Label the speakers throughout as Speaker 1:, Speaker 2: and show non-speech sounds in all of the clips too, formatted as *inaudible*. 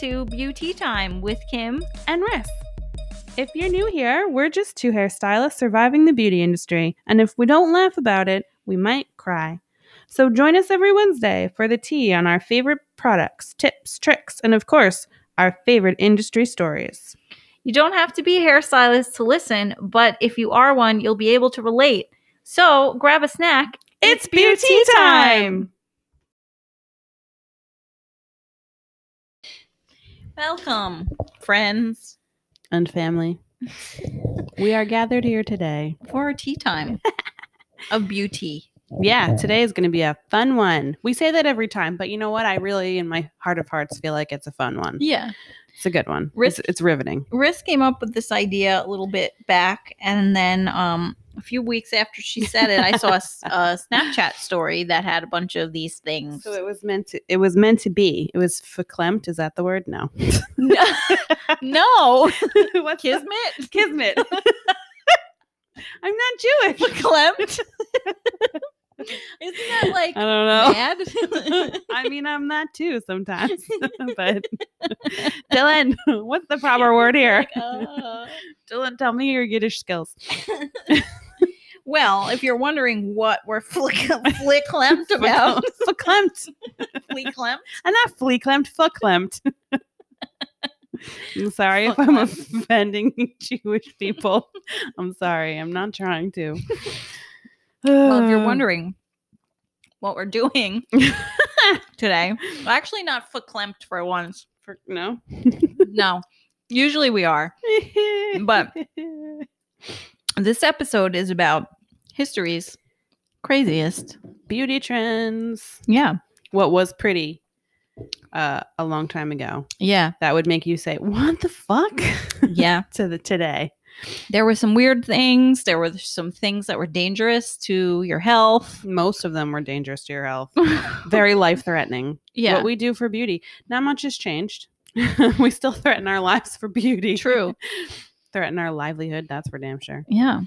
Speaker 1: to Beauty Time with Kim and Riff.
Speaker 2: If you're new here, we're just two hairstylists surviving the beauty industry, and if we don't laugh about it, we might cry. So join us every Wednesday for the tea on our favorite products, tips, tricks, and of course, our favorite industry stories.
Speaker 1: You don't have to be a hairstylist to listen, but if you are one, you'll be able to relate. So grab a snack.
Speaker 2: It's beauty time!
Speaker 1: Welcome, friends,
Speaker 2: And family, we are gathered here today.
Speaker 1: for a tea *laughs* time of beauty.
Speaker 2: Yeah, today is going to be a fun one. We say that every time, but you know what? I really, in my heart of hearts, feel like it's a fun one.
Speaker 1: Yeah.
Speaker 2: It's a good one.
Speaker 1: Risk-
Speaker 2: It's, it's riveting.
Speaker 1: Riz came up with this idea a little bit back, and then um, a few weeks after she said it, I saw a, *laughs* s- a Snapchat story that had a bunch of these things.
Speaker 2: So it was meant to. It was meant to be. It was verklempt. Is that the word? No.
Speaker 1: *laughs* no,
Speaker 2: *laughs* What's the-
Speaker 1: kismet,
Speaker 2: Kismet. I'm not Jewish.
Speaker 1: Verklempt. *laughs* Isn't that like
Speaker 2: *laughs* I don't
Speaker 1: Oh.
Speaker 2: know.
Speaker 1: *laughs*
Speaker 2: *laughs*
Speaker 1: bad?
Speaker 2: I mean, I'm not too sometimes, *laughs* but Dylan, *laughs* what's the proper word here?
Speaker 1: Like, *laughs* uh.
Speaker 2: *laughs* Dylan, tell me your Yiddish *laughs* skills.
Speaker 1: well, if you're wondering what we're *laughs* flick flick clamped
Speaker 2: *laughs*
Speaker 1: about,
Speaker 2: Verklempt.
Speaker 1: flick clamped.
Speaker 2: I'm not flea clamped, verklempt. *laughs* I'm sorry if I'm
Speaker 1: Verklempt.
Speaker 2: offending *laughs* Jewish *laughs* people. I'm sorry. I'm not trying to.
Speaker 1: Well, if you're
Speaker 2: *sighs* Uh,
Speaker 1: wondering what we're *laughs* doing today, well, actually not foot clamped for once.
Speaker 2: for- no. *laughs*
Speaker 1: No, usually we are.
Speaker 2: *laughs*
Speaker 1: But- This episode is about history's craziest.
Speaker 2: beauty trends.
Speaker 1: Yeah,
Speaker 2: What was pretty uh, a long time ago
Speaker 1: yeah,
Speaker 2: that would make you say, "What the fuck?"
Speaker 1: *laughs*
Speaker 2: *laughs*
Speaker 1: yeah.
Speaker 2: to the today.
Speaker 1: there were some weird things. There were some things that were dangerous to your health.
Speaker 2: Most of them were dangerous to your health,
Speaker 1: *laughs* yeah,
Speaker 2: very life threatening. What
Speaker 1: we-
Speaker 2: we do for beauty, not much has changed. *laughs* we still threaten our lives for beauty.
Speaker 1: true.
Speaker 2: Threaten our livelihood. That's for damn sure.
Speaker 1: Yeah.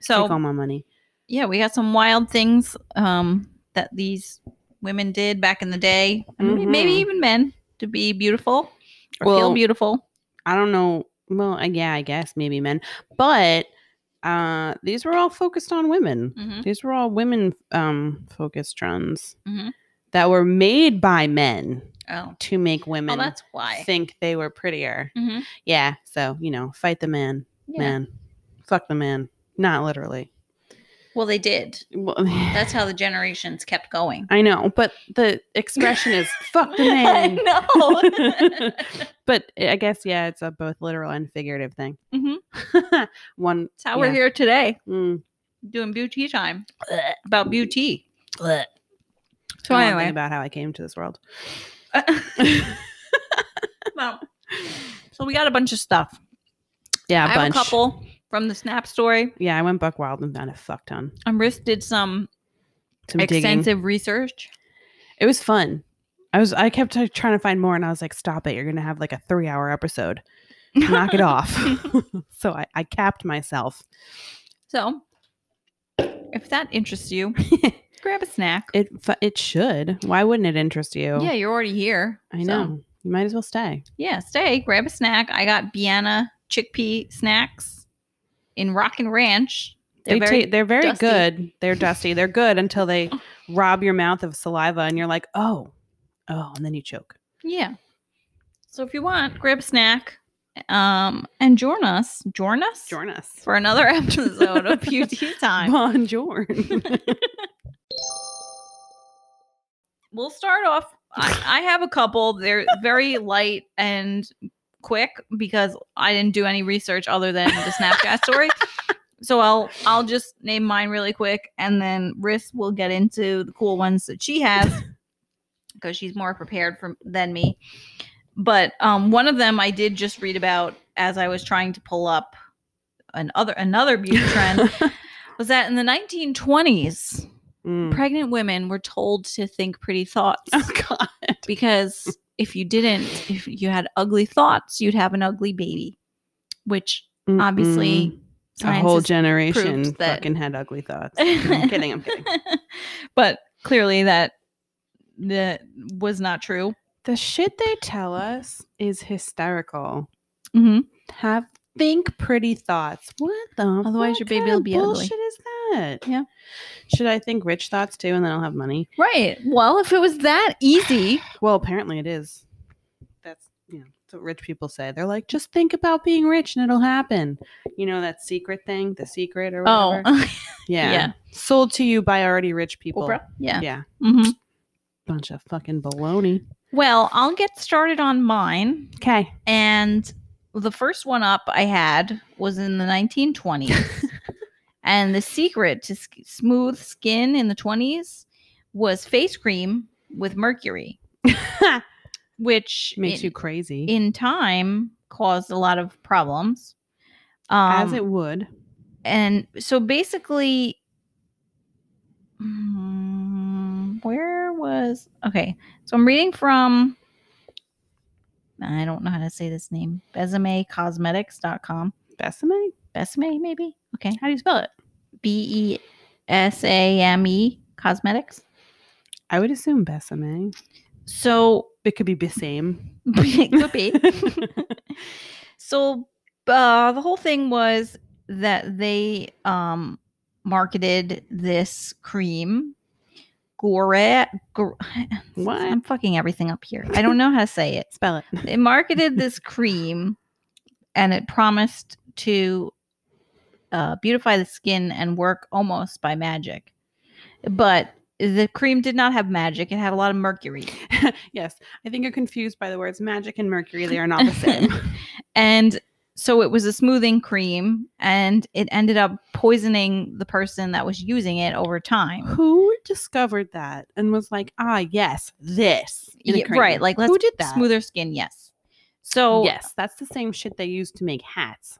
Speaker 1: So
Speaker 2: Take all my money.
Speaker 1: yeah, we got some wild things um, that these women did back in the day, and maybe- maybe
Speaker 2: Mhm.
Speaker 1: even men, to be beautiful or feel
Speaker 2: Well,
Speaker 1: beautiful.
Speaker 2: I don't know. Well, uh, yeah, I guess maybe men, but uh, these were all focused on women.
Speaker 1: Mm-hmm.
Speaker 2: These were all women um, focused trends
Speaker 1: Mhm.
Speaker 2: that were made by men
Speaker 1: Oh,
Speaker 2: to make women
Speaker 1: oh, that's why.
Speaker 2: think they were prettier.
Speaker 1: hmm
Speaker 2: Yeah, so you know, fight the man,
Speaker 1: Yeah.
Speaker 2: man, fuck the man. Not literally.
Speaker 1: Well, they did.
Speaker 2: Well,
Speaker 1: That's how the generations kept going.
Speaker 2: *laughs* I know, but the expression is fuck
Speaker 1: *laughs*
Speaker 2: the man.
Speaker 1: I
Speaker 2: *laughs*
Speaker 1: know.
Speaker 2: But I guess yeah, it's a both literal and figurative thing. *laughs*
Speaker 1: Mhm.
Speaker 2: One.
Speaker 1: That's how we're
Speaker 2: Yeah.
Speaker 1: here today
Speaker 2: Mm,
Speaker 1: doing beauty time about beauty. So
Speaker 2: I don't
Speaker 1: anyway.
Speaker 2: think about how I came to this world.
Speaker 1: *laughs* well, so we got a bunch of stuff.
Speaker 2: Yeah,
Speaker 1: I
Speaker 2: a
Speaker 1: have
Speaker 2: bunch.
Speaker 1: a couple from the Snap story.
Speaker 2: Yeah, I went buck wild and found a fuck ton.
Speaker 1: Um, Riz did some
Speaker 2: Some
Speaker 1: extensive
Speaker 2: digging.
Speaker 1: research.
Speaker 2: It was fun. I was I kept like, trying to find more, and I was like, "Stop it! You're gonna have like a three hour episode.
Speaker 1: *laughs*
Speaker 2: Knock it off." *laughs* so I, I capped myself.
Speaker 1: So, if that interests
Speaker 2: *laughs*
Speaker 1: you, grab a snack.
Speaker 2: It fu- it should. Why wouldn't it interest you?
Speaker 1: Yeah, you're already here.
Speaker 2: I
Speaker 1: so-
Speaker 2: know. You might as well stay.
Speaker 1: Yeah, stay. Grab a snack. I got Vienna chickpea snacks in Rock and Ranch.
Speaker 2: They
Speaker 1: They're
Speaker 2: ta-
Speaker 1: very
Speaker 2: they're very
Speaker 1: dusty.
Speaker 2: good. They're dusty. They're good
Speaker 1: *laughs*
Speaker 2: until they rob your mouth of saliva, and you're like, "Oh, oh," and then you choke.
Speaker 1: yeah. So if you want, grab a snack, um, and join us. Join us
Speaker 2: Join us.
Speaker 1: for another *laughs* episode of Beauty Time. *laughs*
Speaker 2: Bonjour.
Speaker 1: We'll start off. I, I have a couple. They're very light and quick because I didn't do any research other than the Snapchat story. So I'll I'll just name mine really quick, and then Riss will get into the cool ones that she has because she's more prepared from than me. But um, one of them I did just read about as I was trying to pull up another another beauty trend was that in the 1920s,
Speaker 2: Mm.
Speaker 1: pregnant women were told to think pretty thoughts *laughs*
Speaker 2: Oh God.
Speaker 1: because if you didn't, if you had ugly thoughts, you'd have an ugly baby, which obviously
Speaker 2: Mm-mm. a
Speaker 1: science
Speaker 2: whole
Speaker 1: is-
Speaker 2: generation
Speaker 1: that-
Speaker 2: fucking had
Speaker 1: *laughs*
Speaker 2: ugly thoughts. I'm kidding. I'm kidding.
Speaker 1: but clearly that that was not true.
Speaker 2: The shit they tell us is hysterical.
Speaker 1: Mm-hmm.
Speaker 2: Have think pretty thoughts. What the?
Speaker 1: Otherwise your
Speaker 2: fuck
Speaker 1: baby
Speaker 2: kind
Speaker 1: will
Speaker 2: of
Speaker 1: be ugly.
Speaker 2: bullshit is that?
Speaker 1: Yeah.
Speaker 2: Should I think rich thoughts too, and then I'll have money?
Speaker 1: Right. Well, if it was that easy,
Speaker 2: Well, apparently it is. That's you know that's what rich people say. They're like, just think about being rich and it'll happen. You know that secret thing, the secret or whatever.
Speaker 1: *laughs* oh,
Speaker 2: yeah.
Speaker 1: yeah.
Speaker 2: Sold to you by already rich people.
Speaker 1: Oprah. Yeah.
Speaker 2: Yeah.
Speaker 1: hmm
Speaker 2: Bunch of fucking baloney.
Speaker 1: Well, I'll get started on mine.
Speaker 2: Okay.
Speaker 1: And the first one up I had was in the
Speaker 2: *laughs*
Speaker 1: 1920s. and the secret to s- smooth skin in the 20s was face cream with
Speaker 2: *laughs*
Speaker 1: mercury, which
Speaker 2: Makes
Speaker 1: in,
Speaker 2: you crazy.
Speaker 1: in time caused a lot of problems.
Speaker 2: as
Speaker 1: Um,
Speaker 2: it would.
Speaker 1: and so basically mm, where was okay so i'm reading from i don't know how to say this name besmecosmetics.com
Speaker 2: Besame?
Speaker 1: besame maybe okay E
Speaker 2: How do you spell it?
Speaker 1: b-e-s-a-m-e E, cosmetics
Speaker 2: I would assume Besame.
Speaker 1: so
Speaker 2: It could be Besame.
Speaker 1: it *laughs* could be So uh, the whole thing was that they um, marketed this cream, Gore. *sighs* Gore
Speaker 2: what?
Speaker 1: I'm fucking everything up here. I don't know how to say it.
Speaker 2: Spell it.
Speaker 1: They marketed this cream, and it promised to uh, beautify the skin and work almost by magic, but the cream did not have magic. It had a lot of mercury.
Speaker 2: *laughs* yes. I think you're confused by the words magic and mercury. They are not
Speaker 1: *laughs*
Speaker 2: the same. *laughs*
Speaker 1: And so it was a smoothing cream and it ended up poisoning the person that was using it over time.
Speaker 2: Who discovered that and was like, ah, yes, this. in a
Speaker 1: Yeah,
Speaker 2: cream?
Speaker 1: right. Like let's
Speaker 2: Who did that?
Speaker 1: smoother skin, yes. So
Speaker 2: Yes, that's the same shit they use to make hats.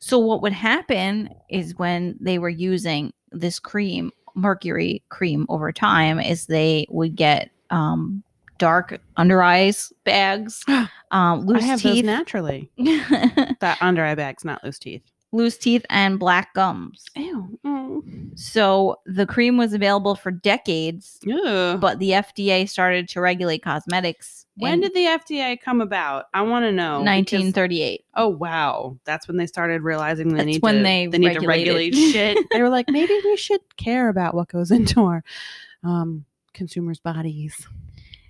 Speaker 1: so what would happen is when they were using this cream, mercury cream over time, is they would get um dark under eyes bags, um loose
Speaker 2: *gasps* I have those
Speaker 1: teeth.
Speaker 2: naturally. That under eye bag's not loose teeth.
Speaker 1: *laughs* loose teeth and black gums.
Speaker 2: Ew. Mm.
Speaker 1: So the cream was available for decades
Speaker 2: Ew.
Speaker 1: but the FDA started to regulate cosmetics
Speaker 2: when
Speaker 1: in
Speaker 2: did the FDA come about? I want to know. because-
Speaker 1: 1938.
Speaker 2: oh wow, that's when they started realizing they
Speaker 1: That's
Speaker 2: need
Speaker 1: when
Speaker 2: to
Speaker 1: they
Speaker 2: need to regulate
Speaker 1: *laughs* regulated.
Speaker 2: shit. they were like, maybe we should care about what goes *laughs* into our um, consumers' bodies.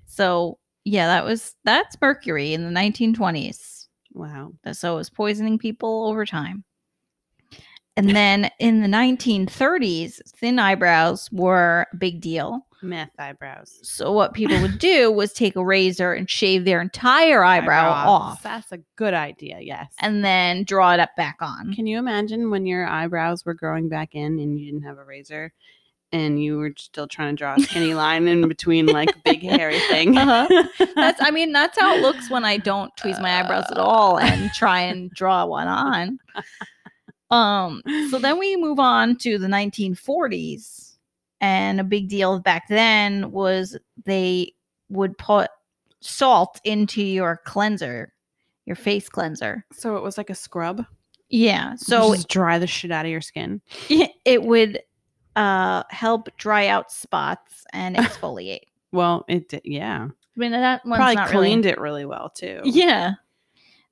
Speaker 1: So, yeah, that was that's mercury in the 1920s.
Speaker 2: Wow.
Speaker 1: So it was poisoning people over time. And then in the 1930s, thin eyebrows were a big deal.
Speaker 2: Meth eyebrows.
Speaker 1: So what people
Speaker 2: *laughs*
Speaker 1: would do was take a razor and shave their entire eyebrow off
Speaker 2: That's a good idea, yes.
Speaker 1: and then draw it up back on.
Speaker 2: can you imagine when your eyebrows were growing back in and you didn't have a razor and you were still trying to draw
Speaker 1: *laughs*
Speaker 2: a skinny line in between like big hairy thing? *laughs*
Speaker 1: Uh-huh. That's I mean that's how it *laughs* looks when I don't tweeze my eyebrows at all and try and draw one *laughs* on. Um so then we move on to the 1940s and a big deal back then was they would put salt into your cleanser, your face cleanser.
Speaker 2: so it was like a scrub.
Speaker 1: Yeah. *laughs*
Speaker 2: So
Speaker 1: So
Speaker 2: just dry the shit out of your skin.
Speaker 1: it would uh help dry out spots and exfoliate.
Speaker 2: Well, it did, yeah.
Speaker 1: I mean that one's
Speaker 2: Probably
Speaker 1: not really
Speaker 2: cleaned it really well too.
Speaker 1: Yeah.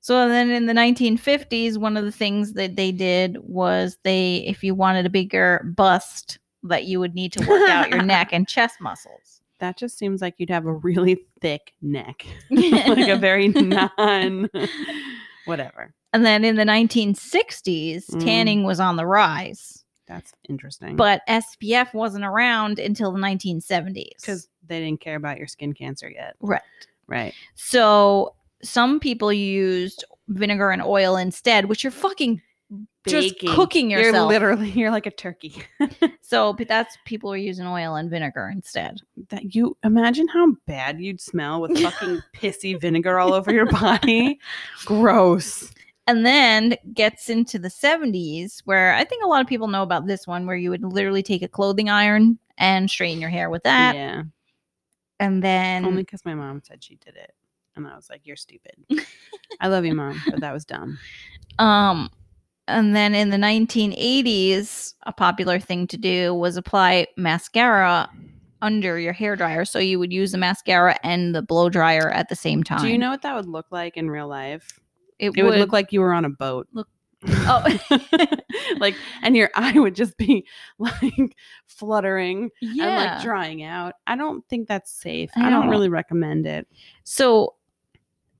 Speaker 1: So then in the 1950s, one of the things that they did was they, if you wanted a bigger bust, that you would need to work out
Speaker 2: *laughs*
Speaker 1: your neck and chest muscles.
Speaker 2: That just seems like you'd have a really thick
Speaker 1: *laughs*
Speaker 2: neck, *laughs* like a very non *laughs* whatever.
Speaker 1: and then in the 1960s,
Speaker 2: Mm.
Speaker 1: tanning was on the rise,
Speaker 2: That's interesting.
Speaker 1: but SPF wasn't around until the 1970s.
Speaker 2: because they didn't care about your skin cancer yet.
Speaker 1: Right.
Speaker 2: Right.
Speaker 1: so some people used vinegar and oil instead, which you're fucking
Speaker 2: Baking.
Speaker 1: just cooking
Speaker 2: You're
Speaker 1: yourself.
Speaker 2: literally *laughs* you're like a turkey.
Speaker 1: so, but that's people are using oil and vinegar instead.
Speaker 2: That you imagine how bad you'd smell
Speaker 1: *laughs*
Speaker 2: with fucking pissy vinegar all over your body. Gross.
Speaker 1: and then gets into the 70s where i think a lot of people know about this one where you would literally take a clothing iron and straighten your hair with that
Speaker 2: yeah.
Speaker 1: and then
Speaker 2: Only because my mom said she did it, and I was like, "You're
Speaker 1: *laughs*
Speaker 2: stupid." I love you, mom, but that was dumb.
Speaker 1: um and then in the 1980s a popular thing to do was apply mascara under your hair dryer, so you would use the mascara and the blow dryer at the same time.
Speaker 2: Do you know what that would look like in real life?
Speaker 1: it,
Speaker 2: It would look like you were on a boat.
Speaker 1: Look- oh
Speaker 2: *laughs* like, and your eye would just be *laughs* like fluttering
Speaker 1: yeah.
Speaker 2: and like drying out. I don't think that's safe.
Speaker 1: I
Speaker 2: I don't
Speaker 1: don't-
Speaker 2: really recommend it.
Speaker 1: so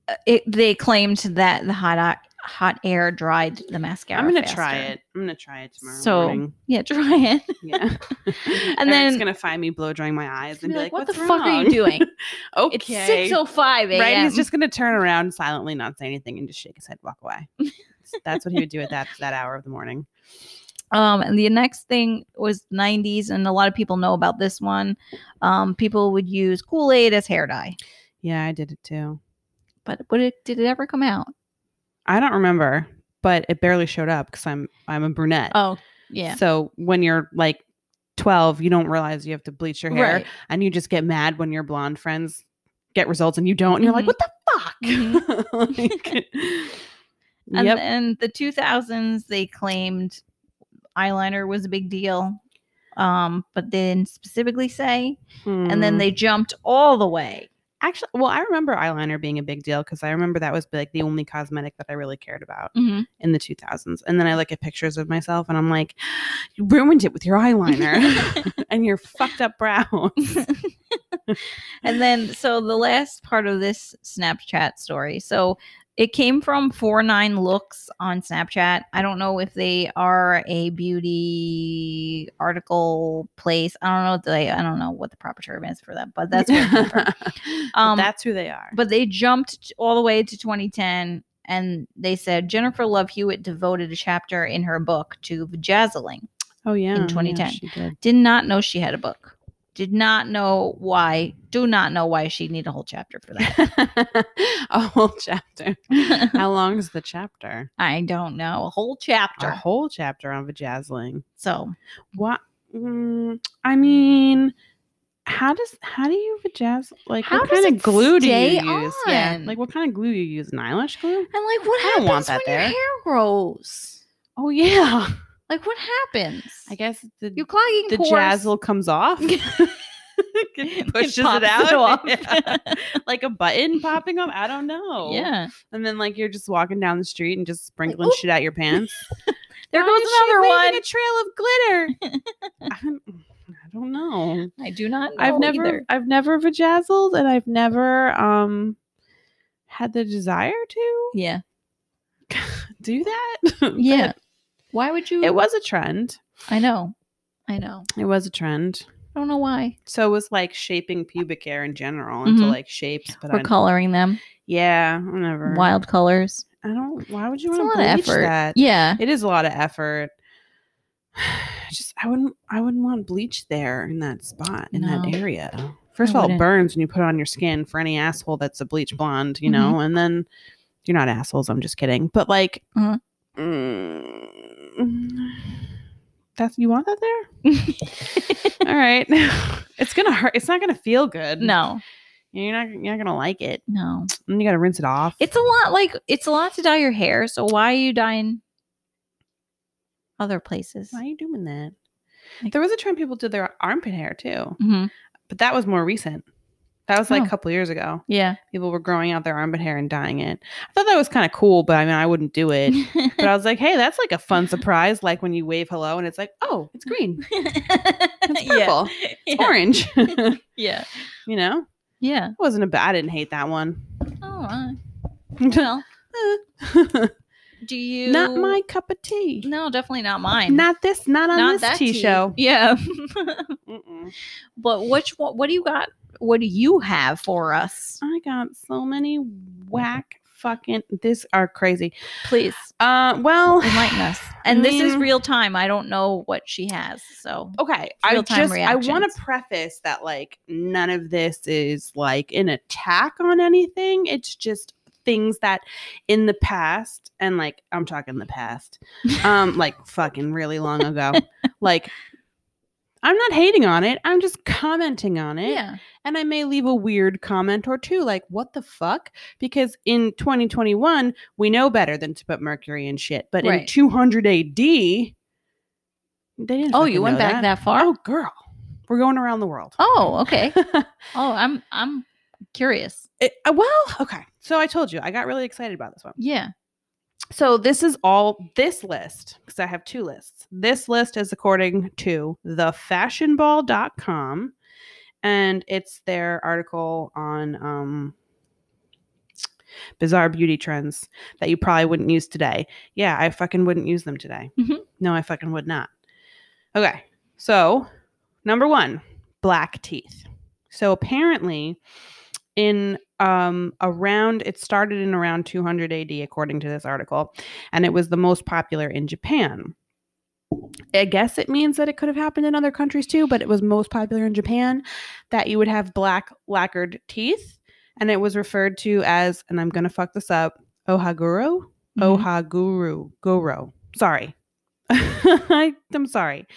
Speaker 1: uh, it, they claimed that the hot a- hot air dried the mascara.
Speaker 2: I'm gonna
Speaker 1: faster.
Speaker 2: try it. I'm gonna try it tomorrow
Speaker 1: So- *laughs*
Speaker 2: morning.
Speaker 1: Yeah, try it.
Speaker 2: Yeah,
Speaker 1: And
Speaker 2: Eric's
Speaker 1: then-
Speaker 2: gonna find me blow drying my eyes and be like,
Speaker 1: what the
Speaker 2: "What's
Speaker 1: fuck are
Speaker 2: wrong?"
Speaker 1: you doing?
Speaker 2: *laughs* okay,
Speaker 1: It's six oh five a.m.
Speaker 2: right? He's just gonna turn around silently, not say anything, and just shake his head, walk
Speaker 1: *laughs*
Speaker 2: away. That's what he would do at that that hour of the morning.
Speaker 1: Um, and the next thing was 90s, and a lot of people know about this one. Um, people would use Kool Aid as hair dye,
Speaker 2: Yeah, I did it too.
Speaker 1: but would it, did it ever come out?
Speaker 2: I don't remember, but it barely showed up because I'm I'm a brunette.
Speaker 1: Oh, yeah.
Speaker 2: So when you're like 12, you don't realize you have to bleach your hair,
Speaker 1: Right.
Speaker 2: and you just get mad when your blonde friends get results and you don't, and you're
Speaker 1: Mhm.
Speaker 2: like, "What the fuck?" *laughs*
Speaker 1: *laughs*
Speaker 2: Like,
Speaker 1: Mm-hmm. And
Speaker 2: yep.
Speaker 1: then the 2000s, they claimed eyeliner was a big deal, um, but they didn't specifically say. And then
Speaker 2: Hmm.
Speaker 1: they jumped all the way.
Speaker 2: actually, well, I remember eyeliner being a big deal because I remember that was like the only cosmetic that I really cared about. in the 2000s. And then I look at pictures of myself and I'm like, you ruined it with
Speaker 1: *laughs*
Speaker 2: your eyeliner *laughs* and your fucked up brow.
Speaker 1: And then, so the last part of this Snapchat story. So it came from 49 Looks on Snapchat. I don't know if they are a beauty article place. I don't know. If they, I don't know what the proper term is for that, but that's what it came
Speaker 2: *laughs*
Speaker 1: from. Um,
Speaker 2: um, that's who they are.
Speaker 1: But they jumped t- all the way to 2010 and they said Jennifer Love Hewitt devoted a chapter in her book to vajazzling.
Speaker 2: oh yeah,
Speaker 1: in
Speaker 2: yeah,
Speaker 1: 2010.
Speaker 2: she did.
Speaker 1: Did not know she had a book. Did not know why. Do not know why she'd need a whole chapter for that.
Speaker 2: *laughs* a whole *laughs* chapter. How long is the chapter?
Speaker 1: I don't know. A whole
Speaker 2: A
Speaker 1: chapter.
Speaker 2: whole chapter on vajazzling.
Speaker 1: So
Speaker 2: What? Mm, I mean, how does how do you vajazz? Like,
Speaker 1: How
Speaker 2: what
Speaker 1: does
Speaker 2: kind of
Speaker 1: it
Speaker 2: glue do
Speaker 1: stay
Speaker 2: you use? Yeah,
Speaker 1: on?
Speaker 2: like what kind of glue you use? An eyelash glue?
Speaker 1: I'm like, what
Speaker 2: I don't
Speaker 1: happens
Speaker 2: want that
Speaker 1: when
Speaker 2: there.
Speaker 1: your hair grows?
Speaker 2: Oh yeah.
Speaker 1: Like what happens?
Speaker 2: I guess the
Speaker 1: You're clogging
Speaker 2: the
Speaker 1: pores. *laughs*
Speaker 2: jazzle *laughs* comes off.
Speaker 1: It
Speaker 2: pushes it,
Speaker 1: pops *laughs*
Speaker 2: out *laughs*
Speaker 1: off.
Speaker 2: like a button popping up. I *laughs* don't know.
Speaker 1: Yeah.
Speaker 2: And then like you're just walking down the street and just sprinkling
Speaker 1: oop.
Speaker 2: shit out your pants.
Speaker 1: *laughs* There
Speaker 2: Why
Speaker 1: goes
Speaker 2: is she
Speaker 1: another one.
Speaker 2: leaving A trail
Speaker 1: *laughs*
Speaker 2: of glitter. I'm- I don't know.
Speaker 1: I do not. Know
Speaker 2: I've never
Speaker 1: either.
Speaker 2: I've never vajazzled and I've never um had the desire to
Speaker 1: Yeah.
Speaker 2: do that. *laughs*
Speaker 1: Yeah. Why would you?
Speaker 2: But it was a trend.
Speaker 1: I know. I know.
Speaker 2: It was a trend.
Speaker 1: I don't know why.
Speaker 2: So it was like shaping pubic hair in general into
Speaker 1: Mhm.
Speaker 2: like shapes, but
Speaker 1: We're
Speaker 2: I
Speaker 1: coloring them
Speaker 2: Yeah, I never.
Speaker 1: wild colors.
Speaker 2: I don't. Why would you
Speaker 1: It's a
Speaker 2: want
Speaker 1: lot
Speaker 2: to
Speaker 1: of
Speaker 2: bleach
Speaker 1: effort.
Speaker 2: that?
Speaker 1: Yeah.
Speaker 2: It is a lot of effort. *sighs* Just I wouldn't. I wouldn't want bleach there in that spot in
Speaker 1: No.
Speaker 2: that area. First
Speaker 1: I
Speaker 2: of all, it
Speaker 1: wouldn't. Mm-hmm.
Speaker 2: burns when you put it on your skin for any asshole that's a bleach blonde, you know. And then you're not assholes. I'm just kidding. But like,
Speaker 1: Uh-huh.
Speaker 2: mm, that's you want that there.
Speaker 1: *laughs*
Speaker 2: all right, *laughs* it's gonna hurt. It's not gonna feel good.
Speaker 1: No.
Speaker 2: you're not. You're not gonna like it.
Speaker 1: No.
Speaker 2: And you gotta rinse it off.
Speaker 1: It's a lot. Like it's a lot to dye your hair. So why are you dyeing other places?
Speaker 2: Why are you doing that?
Speaker 1: Like-
Speaker 2: There was a trend people did their armpit hair too,
Speaker 1: Mm-hmm.
Speaker 2: but that was more recent. That was like
Speaker 1: Oh.
Speaker 2: a couple years ago.
Speaker 1: *laughs* Yeah.
Speaker 2: People were growing out their armpit hair and dyeing it. I thought that was kind of cool, but I mean, I wouldn't do
Speaker 1: *laughs*
Speaker 2: it. But I was like, hey, that's like a fun surprise. Like when you wave hello and it's like, oh, it's green, it's
Speaker 1: *laughs* Yeah.
Speaker 2: purple, it's orange. *laughs*
Speaker 1: Yeah.
Speaker 2: you know, it
Speaker 1: Yeah.
Speaker 2: wasn't a bad, I didn't hate that one. *laughs* Oh,
Speaker 1: All right. Well, do you
Speaker 2: *laughs* not my cup of tea.
Speaker 1: No, definitely not mine.
Speaker 2: Not this, not on
Speaker 1: Not
Speaker 2: this
Speaker 1: that
Speaker 2: tea,
Speaker 1: tea. *laughs*
Speaker 2: show.
Speaker 1: Yeah.
Speaker 2: Mm-mm.
Speaker 1: but which one what do you got? What do you have for us?
Speaker 2: I got so many whack fucking, this are crazy.
Speaker 1: Please
Speaker 2: Uh, well,
Speaker 1: enlighten
Speaker 2: *sighs*
Speaker 1: us. And this is
Speaker 2: mean-
Speaker 1: real time. I don't know what she has. So
Speaker 2: okay. I
Speaker 1: real-time
Speaker 2: just I want
Speaker 1: reactions.
Speaker 2: to preface that like none of this is like an attack on anything. It's just things that in the past and like I'm talking the past,
Speaker 1: *laughs*
Speaker 2: um, like fucking really long ago, like. I'm not hating on it. I'm just commenting on it.
Speaker 1: yeah.
Speaker 2: And I may leave a weird comment or two, like, what the fuck? Because in 2021, we know better than to put mercury in shit. But in
Speaker 1: Right.
Speaker 2: 200 AD, they didn't.
Speaker 1: Oh,
Speaker 2: fucking
Speaker 1: you went
Speaker 2: know
Speaker 1: back that, far?
Speaker 2: Oh, girl. We're going around the world.
Speaker 1: Oh, okay. Oh, I'm I'm curious.
Speaker 2: *laughs* It- uh, well, okay. So I told you, I got really excited about this one.
Speaker 1: Yeah.
Speaker 2: So this is all this list because I have two lists. This list is according to thefashionball.com and it's their article on um bizarre beauty trends that you probably wouldn't use today. Yeah, I fucking wouldn't use them today.
Speaker 1: Mhm.
Speaker 2: No, I fucking would not. Okay. So, number 1, black teeth. So apparently in um, around it started in around 200 AD, according to this article, and it was the most popular in Japan. I guess it means that it could have happened in other countries too, but it was most popular in Japan that you would have black lacquered teeth, and it was referred to as, and I'm gonna fuck this up, ohaguro, Oh.
Speaker 1: Mhm.
Speaker 2: ohaguru, goro. Sorry. *laughs* I, I'm sorry.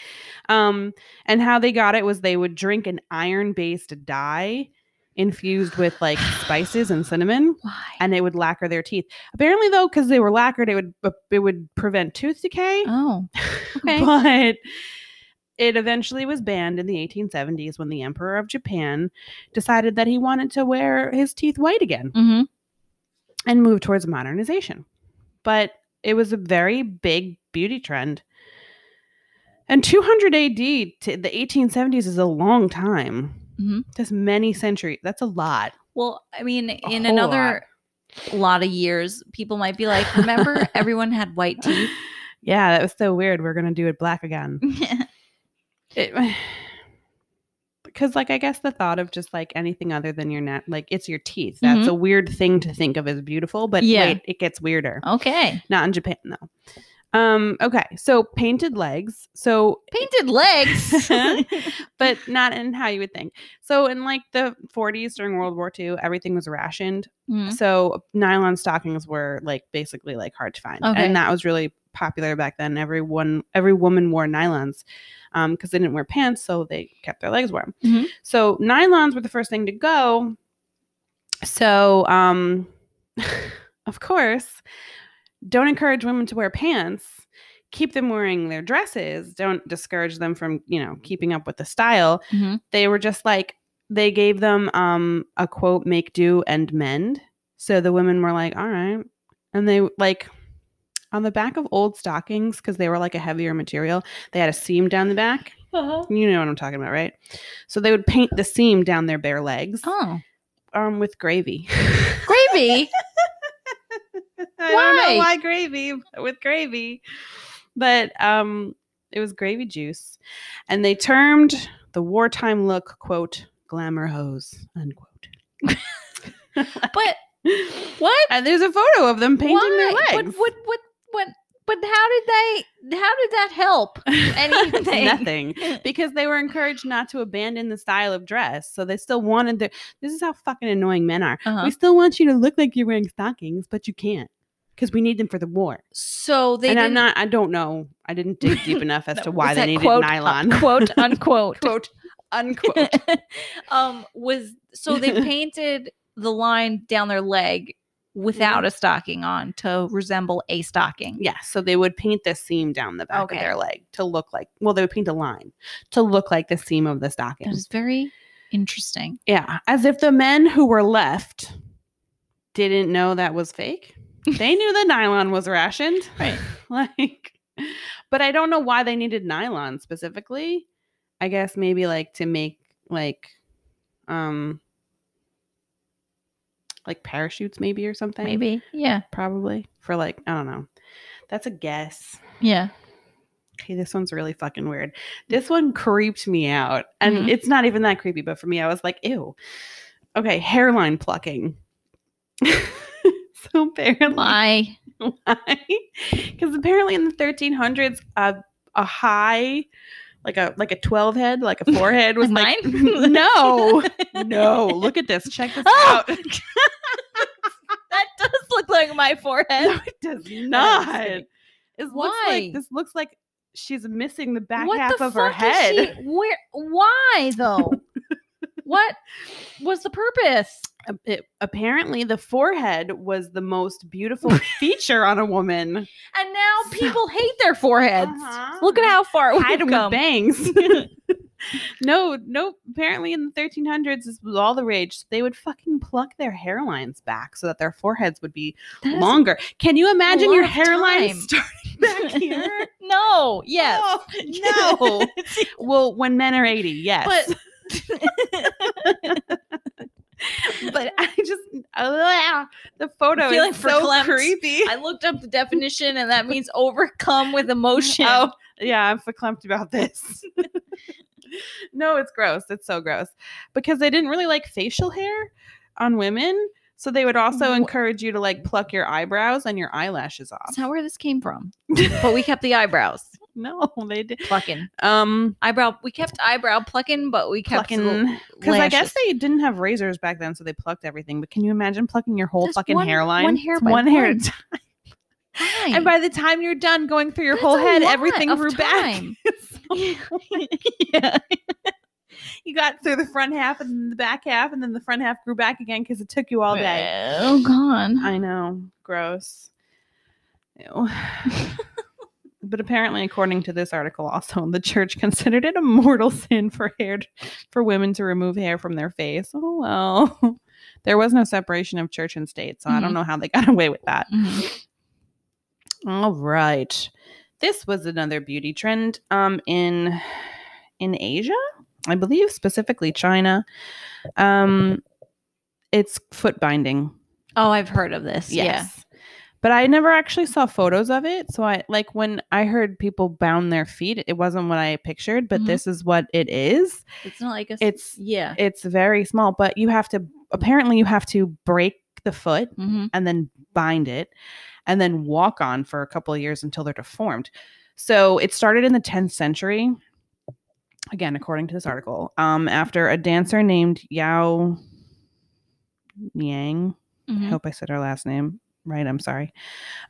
Speaker 2: Um, and how they got it was they would drink an iron based dye infused with like spices and cinnamon
Speaker 1: Why?
Speaker 2: and it would lacquer their teeth apparently though because they were lacquered it would uh, it would prevent tooth decay
Speaker 1: Oh.
Speaker 2: *laughs*
Speaker 1: Okay.
Speaker 2: but it eventually was banned in the 1870s when the emperor of japan decided that he wanted to wear his teeth white again
Speaker 1: mm-hmm.
Speaker 2: and move towards modernization. But it was a very big beauty trend. And 200 AD to the 1870s is a long time.
Speaker 1: Mhm.
Speaker 2: That's many centuries. That's a lot.
Speaker 1: Well, I mean, in
Speaker 2: whole
Speaker 1: another lot. of years, people might be like,
Speaker 2: *laughs*
Speaker 1: remember everyone had white teeth?
Speaker 2: Yeah, that was so weird. We're going to do it black again. It, *sighs* because, like, I guess the thought of just like anything other than your net, like, it's your teeth.
Speaker 1: Mhm.
Speaker 2: That's a weird thing to think of as beautiful, but
Speaker 1: Yeah.
Speaker 2: wait, it gets weirder.
Speaker 1: *laughs* okay.
Speaker 2: Not in Japan, though. Um, okay, so painted legs. So
Speaker 1: Painted
Speaker 2: *laughs*
Speaker 1: legs.
Speaker 2: but not in how you would think. So in like the 40s during World War II, everything was rationed.
Speaker 1: Mm.
Speaker 2: So nylon stockings were like basically like hard to find,
Speaker 1: Okay.
Speaker 2: and that was really popular back then. Everyone, every woman wore nylons because they didn't wear pants, so they kept their legs warm.
Speaker 1: Mhm.
Speaker 2: So nylons were the first thing to go. So, um, *laughs* of course, don't encourage women to wear pants keep them wearing their dresses don't discourage them from you know keeping up with the style
Speaker 1: Mhm.
Speaker 2: they were just like they gave them um a quote make do and mend so the women were like all right and they like on the back of old stockings because they were like a heavier material they had a seam down the back you know what i'm talking about right so they would paint the seam down their bare legs
Speaker 1: Oh,
Speaker 2: um with gravy *laughs*
Speaker 1: gravy.
Speaker 2: I don't
Speaker 1: Why?
Speaker 2: know why gravy with gravy, but um, it was gravy juice, and they termed the wartime look "quote glamour hose" unquote. *laughs*
Speaker 1: But what?
Speaker 2: And there's a photo of them painting
Speaker 1: Why?
Speaker 2: their legs. *laughs*
Speaker 1: What, what, what, what, but how did they, how did that
Speaker 2: *laughs*
Speaker 1: help? anything?
Speaker 2: Nothing, because they were encouraged not to abandon the style of dress, so they still wanted their. This is how fucking annoying men are.
Speaker 1: Uh-huh.
Speaker 2: We still want you to look like you're wearing stockings, but you can't because we need them for the war.
Speaker 1: So they
Speaker 2: and I'm
Speaker 1: didn't-
Speaker 2: not. I don't know. I didn't dig
Speaker 1: *laughs*
Speaker 2: deep enough as
Speaker 1: that-
Speaker 2: to
Speaker 1: was
Speaker 2: why they
Speaker 1: that
Speaker 2: needed
Speaker 1: quote, uh,
Speaker 2: nylon.
Speaker 1: *laughs*
Speaker 2: *laughs*
Speaker 1: quote unquote.
Speaker 2: quote unquote.
Speaker 1: *laughs* um, was so they painted the line down their leg without a stocking on to resemble a stocking.
Speaker 2: *laughs* Mm-hmm. yeah, so they would paint the seam down the back
Speaker 1: Okay.
Speaker 2: of their leg to look like well, they would paint a line to look like the seam of the
Speaker 1: That
Speaker 2: stocking.
Speaker 1: is very interesting.
Speaker 2: yeah, as if the men who were left didn't know that was fake. they knew the nylon was rationed.
Speaker 1: *laughs* Right.
Speaker 2: *laughs* like but I don't know why they needed nylon specifically. I guess maybe like to make like um like parachutes maybe or something.
Speaker 1: Maybe. Yeah.
Speaker 2: probably for like I don't know. That's a guess.
Speaker 1: Yeah.
Speaker 2: Okay, this one's really fucking weird. This one creeped me out, and
Speaker 1: Mhm.
Speaker 2: it's not even that creepy, but for me, I was like, ew. Okay, hairline plucking. *laughs* so apparently,
Speaker 1: Why?
Speaker 2: *laughs* because apparently in the 1300s, a a high, like a like a 12 head, like a
Speaker 1: *laughs*
Speaker 2: forehead was like,
Speaker 1: Like
Speaker 2: *laughs*
Speaker 1: mine?
Speaker 2: no, *laughs* no. Look at this. Check this
Speaker 1: Oh!
Speaker 2: out. *laughs*
Speaker 1: That does look like my forehead.
Speaker 2: it does
Speaker 1: just
Speaker 2: not.
Speaker 1: kidding.
Speaker 2: It looks
Speaker 1: Why?
Speaker 2: like this looks like she's missing the back
Speaker 1: what
Speaker 2: half
Speaker 1: the
Speaker 2: of
Speaker 1: fuck
Speaker 2: her head. *laughs*
Speaker 1: Is she, where? Why though? what was the purpose?
Speaker 2: A- it- apparently, the forehead was the
Speaker 1: *laughs*
Speaker 2: most beautiful feature on a woman.
Speaker 1: And now
Speaker 2: So-
Speaker 1: people hate their foreheads.
Speaker 2: Uh-huh.
Speaker 1: Look at how far we've *laughs*
Speaker 2: Hide 'em with
Speaker 1: come.
Speaker 2: bangs. *laughs* No, no. Apparently, in the 1300s, this was all the rage. So they would fucking pluck their hairlines back so that their foreheads would be
Speaker 1: That is-
Speaker 2: longer. Can you imagine your
Speaker 1: lot of
Speaker 2: hairline
Speaker 1: time.
Speaker 2: starting back
Speaker 1: *laughs*
Speaker 2: here?
Speaker 1: no. Yes.
Speaker 2: Oh, no. *laughs* well, when men are 80, yes.
Speaker 1: But
Speaker 2: *laughs*
Speaker 1: *laughs*
Speaker 2: but I just ah, *laughs* the photo
Speaker 1: Feeling
Speaker 2: is so
Speaker 1: verklempt.
Speaker 2: creepy.
Speaker 1: I looked up the definition, and that means overcome with emotion.
Speaker 2: Oh, yeah, I'm verklempt about *laughs* this. no, it's gross. It's so gross because they didn't really like facial hair on women, so they would also
Speaker 1: Wha-
Speaker 2: encourage you to like pluck your eyebrows and your eyelashes off.
Speaker 1: That's not where this came *laughs* from. but we kept the eyebrows
Speaker 2: No, *laughs* they did.
Speaker 1: plucking.
Speaker 2: Um,
Speaker 1: Eyebrow. We kept eyebrow plucking, but we kept l-
Speaker 2: plucking because I guess
Speaker 1: lashes.
Speaker 2: they didn't have razors back then, so they plucked everything. But can you imagine plucking your whole
Speaker 1: Just
Speaker 2: fucking
Speaker 1: one-
Speaker 2: hairline?
Speaker 1: one hair
Speaker 2: It's
Speaker 1: by
Speaker 2: one hair.
Speaker 1: one.
Speaker 2: at a time.
Speaker 1: Fine.
Speaker 2: *laughs* And by the time you're done going through your
Speaker 1: That's
Speaker 2: whole
Speaker 1: a
Speaker 2: head,
Speaker 1: lot
Speaker 2: everything
Speaker 1: of
Speaker 2: grew
Speaker 1: *laughs*
Speaker 2: back.
Speaker 1: time.
Speaker 2: yeah. you got through the front half and then the back half, and then the front half grew back again because it took you all day.
Speaker 1: Oh god.
Speaker 2: I know. Gross. Ew. *laughs* but apparently, according to this article, also the church considered it a mortal *laughs* sin for hair for women to remove hair from their face. Oh well. *laughs* There was no separation of church and state, so I don't
Speaker 1: Mhm.
Speaker 2: know how they got *laughs* away with that.
Speaker 1: Mhm.
Speaker 2: All right. This was another beauty trend um, in in Asia, I believe, specifically China. Um, it's foot binding.
Speaker 1: Oh, I've heard of this. Yeah.
Speaker 2: But I never actually saw photos of it. So I like when I heard people bound their feet, it wasn't what I pictured, but
Speaker 1: Mhm.
Speaker 2: this is what it is.
Speaker 1: It's not like a. s-
Speaker 2: It's
Speaker 1: yeah.
Speaker 2: it's very small, but you have to apparently you have to break the foot
Speaker 1: Mhm.
Speaker 2: and then bind it and then walk on for a couple of years until they're deformed. So it started in the 10th century. Again, according to this article, um, after a dancer named Yao Yang, I
Speaker 1: Mhm.
Speaker 2: hope I said her last name right. I'm sorry.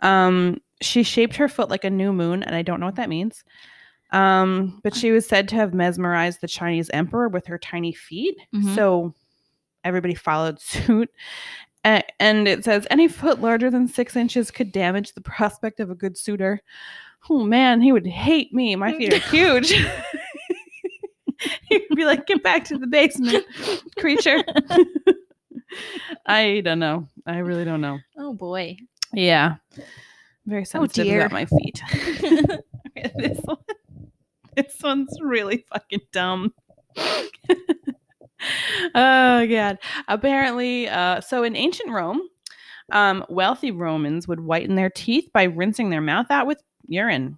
Speaker 2: Um, she shaped her foot like a new moon, and I don't know what that means. Um, but she was said to have mesmerized the Chinese emperor with her tiny feet.
Speaker 1: Mhm.
Speaker 2: So everybody followed *laughs* suit. A- And it says any foot larger than six inches could damage the prospect of a good suitor. Oh man, he would hate me. My feet are huge. *laughs* He'd be like, get back to the basement, creature. *laughs* I don't know. I really don't know.
Speaker 1: Oh *laughs* boy.
Speaker 2: Yeah. Very sensitive
Speaker 1: dear.
Speaker 2: about my feet. Okay, *laughs* this one. This one's really fucking dumb. *laughs* oh god. Apparently, uh, so in ancient Rome, um, wealthy Romans would whiten their teeth by rinsing their mouth out with urine.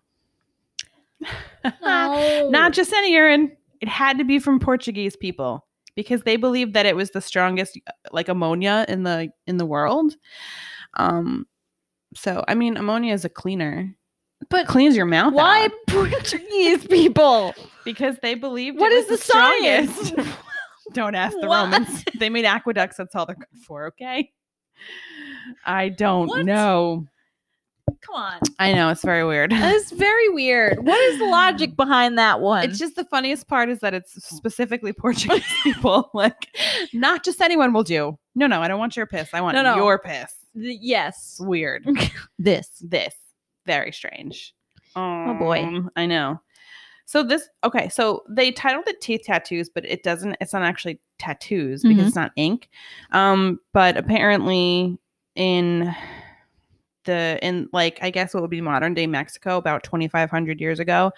Speaker 1: no.
Speaker 2: Not just any urine. It had to be from Portuguese people because they believed that it was the strongest uh, like ammonia in the in the world. Um so I mean ammonia is a cleaner. But cleans your mouth.
Speaker 1: Why
Speaker 2: out
Speaker 1: Portuguese people?
Speaker 2: because they believed
Speaker 1: What
Speaker 2: it
Speaker 1: is
Speaker 2: was
Speaker 1: the science?
Speaker 2: strongest. *laughs* Don't ask the
Speaker 1: What?
Speaker 2: Romans. They made aqueducts, that's all they're good for, okay? I don't
Speaker 1: What?
Speaker 2: know.
Speaker 1: *laughs* Come on.
Speaker 2: I know it's very weird.
Speaker 1: That is very weird. What is the *laughs* logic behind that one?
Speaker 2: *laughs* It's just the funniest part is that it's
Speaker 1: *laughs*
Speaker 2: specifically Portuguese people. *laughs* Like, not just anyone will do. No, no, I don't want your piss. I want
Speaker 1: No, no.
Speaker 2: your piss.
Speaker 1: Th-
Speaker 2: It's
Speaker 1: yes.
Speaker 2: weird.
Speaker 1: This.
Speaker 2: this very strange. Oh
Speaker 1: boy.
Speaker 2: I know. So this okay. So they titled it teeth tattoos, but it doesn't. It's not actually tattoos because it's not ink. Um, but apparently in the in like I guess what would be modern day Mexico about 2500 years ago,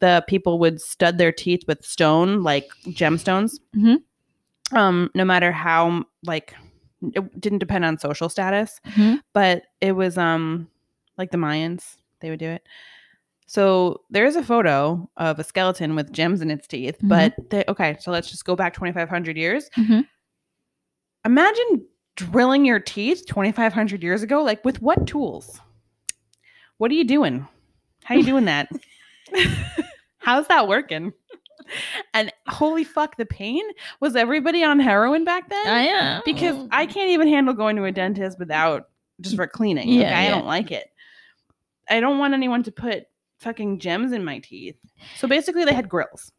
Speaker 2: the people would stud their teeth with stone like gemstones.
Speaker 1: Mhm.
Speaker 2: Um, no matter how like it didn't depend on social status,
Speaker 1: Mhm.
Speaker 2: but it was um like the Mayans they would do it. So there is a photo of a skeleton with gems in its teeth,
Speaker 1: Mhm.
Speaker 2: but they, okay, so let's just go back 2500 years.
Speaker 1: Mhm.
Speaker 2: Imagine drilling your teeth 2500 years ago like with what tools? What are you doing? How you doing
Speaker 1: *laughs*
Speaker 2: that? How's that working? And holy fuck, the pain was everybody on heroin back then?
Speaker 1: I am.
Speaker 2: because I can't even handle going to a dentist without just for cleaning.
Speaker 1: Yeah,
Speaker 2: Like, I
Speaker 1: yeah.
Speaker 2: don't like it. I don't want anyone to put fucking gems in my teeth. So basically, they had grills.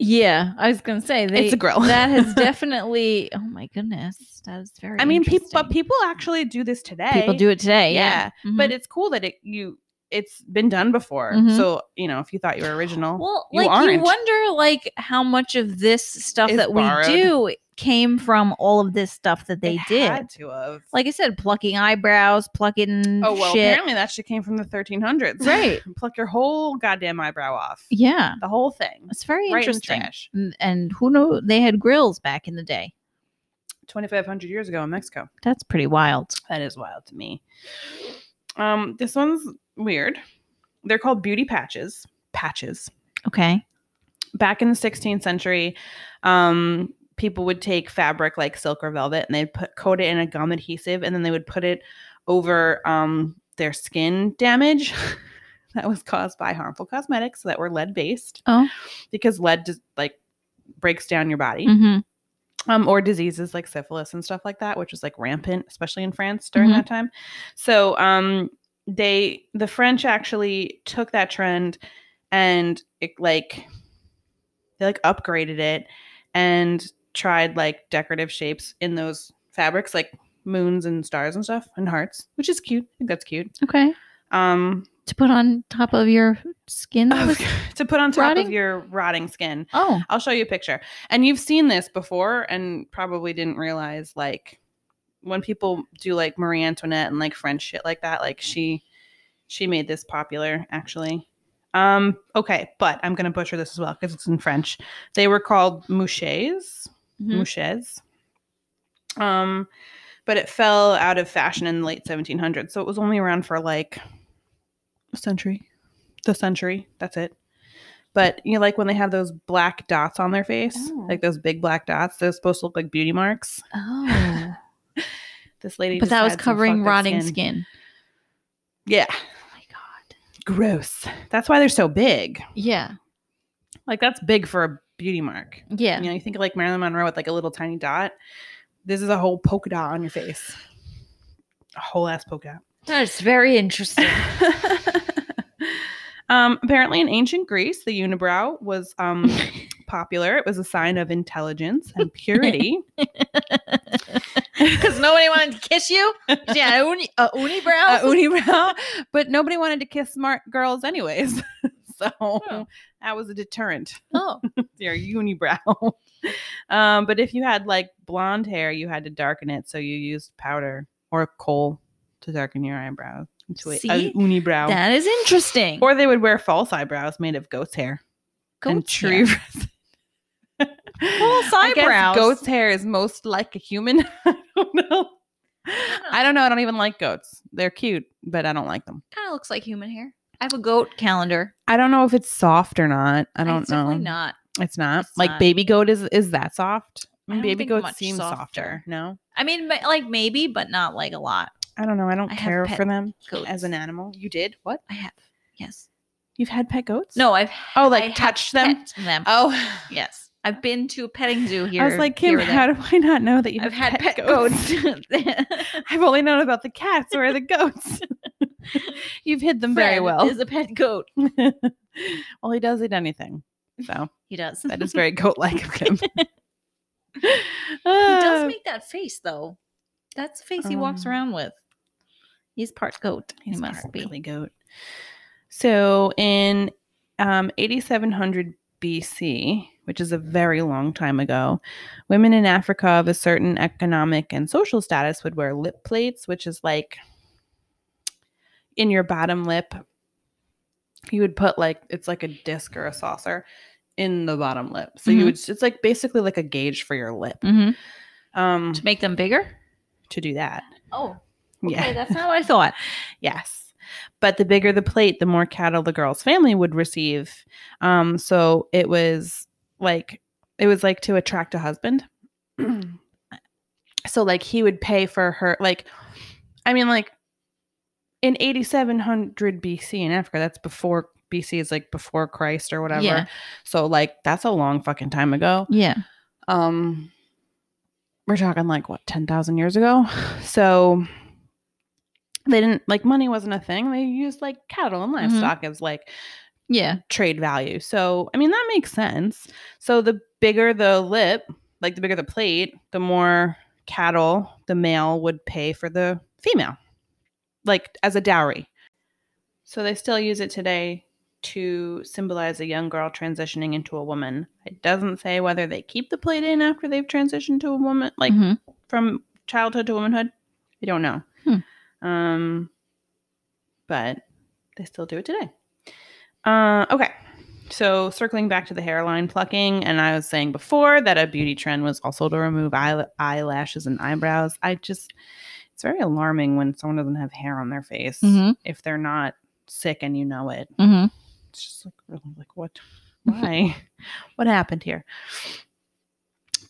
Speaker 1: Yeah, I was gonna say they,
Speaker 2: it's a grill.
Speaker 1: that *laughs* has definitely. Oh my goodness, that is very.
Speaker 2: I mean, people but
Speaker 1: interesting.
Speaker 2: people actually do this today.
Speaker 1: people do it today.
Speaker 2: yeah.
Speaker 1: Yeah, Mhm.
Speaker 2: But it's cool that it you it's been done before.
Speaker 1: Mhm.
Speaker 2: So, you know, if you thought you were original,
Speaker 1: Well,
Speaker 2: You
Speaker 1: like you
Speaker 2: aren't.
Speaker 1: wonder like how much of this stuff
Speaker 2: Is
Speaker 1: that
Speaker 2: borrowed.
Speaker 1: we do came from all of this stuff that they
Speaker 2: it
Speaker 1: did.
Speaker 2: had to have.
Speaker 1: Like I said, plucking eyebrows, plucking
Speaker 2: oh well,
Speaker 1: shit.
Speaker 2: apparently that shit came from the 1300s.
Speaker 1: Right.
Speaker 2: *laughs* Pluck your whole goddamn eyebrow off.
Speaker 1: Yeah.
Speaker 2: The whole thing.
Speaker 1: It's very
Speaker 2: Right in the
Speaker 1: interesting.
Speaker 2: trash.
Speaker 1: N- and who knew they had grills back in the day?
Speaker 2: 2500 years ago in Mexico.
Speaker 1: That's pretty wild.
Speaker 2: That is wild to me. Um this one's weird. They're called beauty patches. Patches.
Speaker 1: Okay.
Speaker 2: back in the 16th century, um, people would take fabric like silk or velvet and they'd put coat it in a gum adhesive and then they would put it over um, their skin damage *laughs* that was caused by harmful cosmetics that were lead based
Speaker 1: Oh.
Speaker 2: because lead just like breaks down your body
Speaker 1: Mm-hmm.
Speaker 2: um, or diseases like syphilis and stuff like that, which was like rampant, especially in France during
Speaker 1: Mhm.
Speaker 2: that time. So um, they, the French actually took that trend and it like they like upgraded it and tried like decorative shapes in those fabrics, like moons and stars and stuff and hearts, which is cute. I think that's cute.
Speaker 1: Okay.
Speaker 2: Um,
Speaker 1: To put on top of your skin.
Speaker 2: *sighs* Oh,
Speaker 1: that was-
Speaker 2: to put on top
Speaker 1: Rotting?
Speaker 2: of your rotting skin.
Speaker 1: *laughs* oh.
Speaker 2: I'll show you a picture. And you've seen this before and probably didn't realize like when people do like Marie Antoinette and like French shit like that, like she she made this popular actually. Um okay, but I'm going to butcher this as well cuz it's in French. They were called mouches,
Speaker 1: Mhm.
Speaker 2: mouches. Um but it fell out of fashion in the late 1700s. So it was only around for like a century. The century, that's it. But you know, like when they have those black dots on their face,
Speaker 1: Oh.
Speaker 2: like those big black dots, they're supposed to look like beauty marks. *laughs*
Speaker 1: Oh.
Speaker 2: This lady,
Speaker 1: but
Speaker 2: just
Speaker 1: that was
Speaker 2: had some
Speaker 1: covering
Speaker 2: fucked up
Speaker 1: rotting skin.
Speaker 2: Yeah,
Speaker 1: Oh my god.
Speaker 2: gross. That's why they're so big.
Speaker 1: Yeah.
Speaker 2: Like that's big for a beauty mark.
Speaker 1: Yeah.
Speaker 2: You know, you think of like Marilyn Monroe with like a little tiny dot. This is a whole polka dot on your face. A whole ass polka dot.
Speaker 1: That's very *laughs* interesting.
Speaker 2: *laughs* um, apparently, in ancient Greece, the unibrow was um,
Speaker 1: *laughs*
Speaker 2: popular. It was a sign of intelligence and purity.
Speaker 1: Because nobody wanted to kiss you? Yeah, uni, uh, unibrow?
Speaker 2: uh, unibrow,
Speaker 1: *laughs*
Speaker 2: *laughs* but nobody wanted to kiss smart girls, anyways. *laughs* so
Speaker 1: Oh.
Speaker 2: that was a deterrent.
Speaker 1: oh.
Speaker 2: Your unibrow. *laughs* um, but if you had like blonde hair, you had to darken it, so you used powder or coal to darken your eyebrows into a,
Speaker 1: See?
Speaker 2: a unibrow.
Speaker 1: That is interesting.
Speaker 2: or they would wear false eyebrows made of goat's hair. and
Speaker 1: Goat's
Speaker 2: tree
Speaker 1: hair.
Speaker 2: *laughs* resin.
Speaker 1: False
Speaker 2: I guess
Speaker 1: eyebrows.
Speaker 2: goat's hair is most like a human. *laughs* I don't know. I don't know. I don't even like goats. They're cute, but I don't like them.
Speaker 1: Kind of looks like human hair. I have a goat calendar.
Speaker 2: I don't know if it's soft or not. I don't
Speaker 1: it's
Speaker 2: know.
Speaker 1: Definitely not.
Speaker 2: It's not
Speaker 1: It's
Speaker 2: like
Speaker 1: not.
Speaker 2: baby goat is is that soft?
Speaker 1: I don't
Speaker 2: baby
Speaker 1: think
Speaker 2: goat
Speaker 1: much
Speaker 2: seems softer.
Speaker 1: softer.
Speaker 2: No,
Speaker 1: I mean, ma- like maybe, but not like a lot.
Speaker 2: I don't know. I don't
Speaker 1: I have
Speaker 2: care
Speaker 1: pet
Speaker 2: for them
Speaker 1: Goats.
Speaker 2: as an animal. You did what?
Speaker 1: I have. Yes.
Speaker 2: You've had pet goats?
Speaker 1: No, I've.
Speaker 2: Oh, like
Speaker 1: I have
Speaker 2: touched them?
Speaker 1: pet them.
Speaker 2: Oh,
Speaker 1: Yes. I've been to a petting zoo here.
Speaker 2: I was like, Kim,
Speaker 1: here or there.
Speaker 2: how do I not know that you?
Speaker 1: I've
Speaker 2: have
Speaker 1: had pet,
Speaker 2: goats?
Speaker 1: goats. *laughs*
Speaker 2: I've only known about the cats. Where are the goats? *laughs* You've hid them very
Speaker 1: Fred
Speaker 2: well.
Speaker 1: Is a pet goat.
Speaker 2: *laughs* well, he does eat anything. So
Speaker 1: He does.
Speaker 2: that is very goat like of him. *laughs* Oh, he
Speaker 1: he does make that face though. That's the face he walks
Speaker 2: Um,
Speaker 1: around with. He's part goat. he must be.
Speaker 2: goat. So in um, 8700 BC, which is a very long time ago, women in Africa of a certain economic and social status would wear lip plates, which is like in your bottom lip. You would put like it's like a disc or a saucer in the bottom lip. So you
Speaker 1: Mhm.
Speaker 2: would it's like basically like a gauge for your lip.
Speaker 1: Mhm.
Speaker 2: Um
Speaker 1: To make them bigger.
Speaker 2: to do that.
Speaker 1: Oh,
Speaker 2: yeah.
Speaker 1: that's not what I thought.
Speaker 2: Yes. But the bigger the plate, the more cattle the girl's family would receive. Um, so it was like it was like to attract a husband. *clears throat* so like he would pay for her like I mean like in 8700 BC in Africa, that's before BC is like before Christ or whatever.
Speaker 1: Yeah.
Speaker 2: So like that's a long fucking time ago.
Speaker 1: Yeah.
Speaker 2: Um, we're talking like what ten thousand years ago. *sighs* So they didn't like money wasn't a thing. They used like cattle and livestock as like
Speaker 1: Yeah.
Speaker 2: trade value. So I mean that makes sense. So the bigger the lip, like the bigger the plate, the more cattle the male would pay for the female, like as a dowry. So they still use it today to symbolize a young girl transitioning into a woman. It doesn't say whether they keep the plate in after they've transitioned to a woman, like
Speaker 1: Mhm.
Speaker 2: from childhood to womanhood. I don't know. Um, but they still do it today. Uh, okay. So circling back to the hairline plucking, and I was saying before that a beauty trend was also to remove eye- eyelashes and eyebrows. I just, it's very alarming when someone doesn't have hair on their face
Speaker 1: Mhm.
Speaker 2: if they're not sick and you know it
Speaker 1: Mhm.
Speaker 2: it's just like really like what why *laughs* what happened here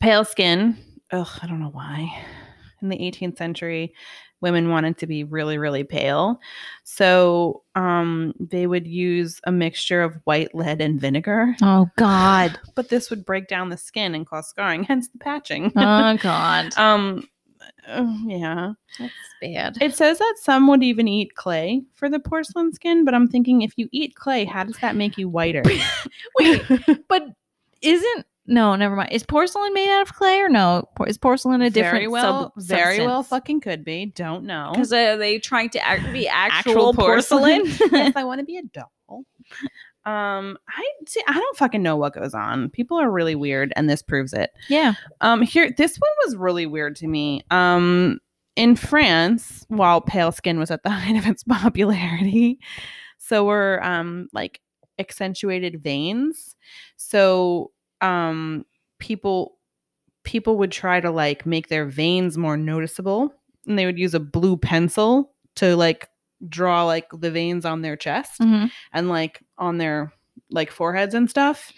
Speaker 2: pale skin ugh i don't know why in the 18th century women wanted to be really really pale so um they would use a mixture of white lead and vinegar
Speaker 1: Oh *laughs* God.
Speaker 2: but this would break down the skin and cause scarring *laughs* hence the patching
Speaker 1: Oh God.
Speaker 2: *laughs* um uh, yeah
Speaker 1: That's bad.
Speaker 2: it says that some would even eat clay for the porcelain skin but i'm thinking if you eat clay how does that make you whiter *laughs*
Speaker 1: Wait, but isn't no? Never mind. Is porcelain made out of clay or no? Por- Is porcelain a different
Speaker 2: very well,
Speaker 1: sub-
Speaker 2: very well
Speaker 1: substance?
Speaker 2: fucking could be. Don't know.
Speaker 1: Because uh, they trying to act- be actual, porcelain.
Speaker 2: *laughs* yes, I want to be a doll. Um, I see. I don't fucking know what goes on. People are really weird, and this proves it.
Speaker 1: *laughs* yeah.
Speaker 2: Um, here, this one was really weird to me. Um, in France, while pale skin was at the *laughs* height of its popularity, so were um like accentuated veins. So um, people people would try to like make their veins more noticeable, and they would use a blue pencil to like draw like the veins on their chest
Speaker 1: Mhm.
Speaker 2: and like on their like foreheads and stuff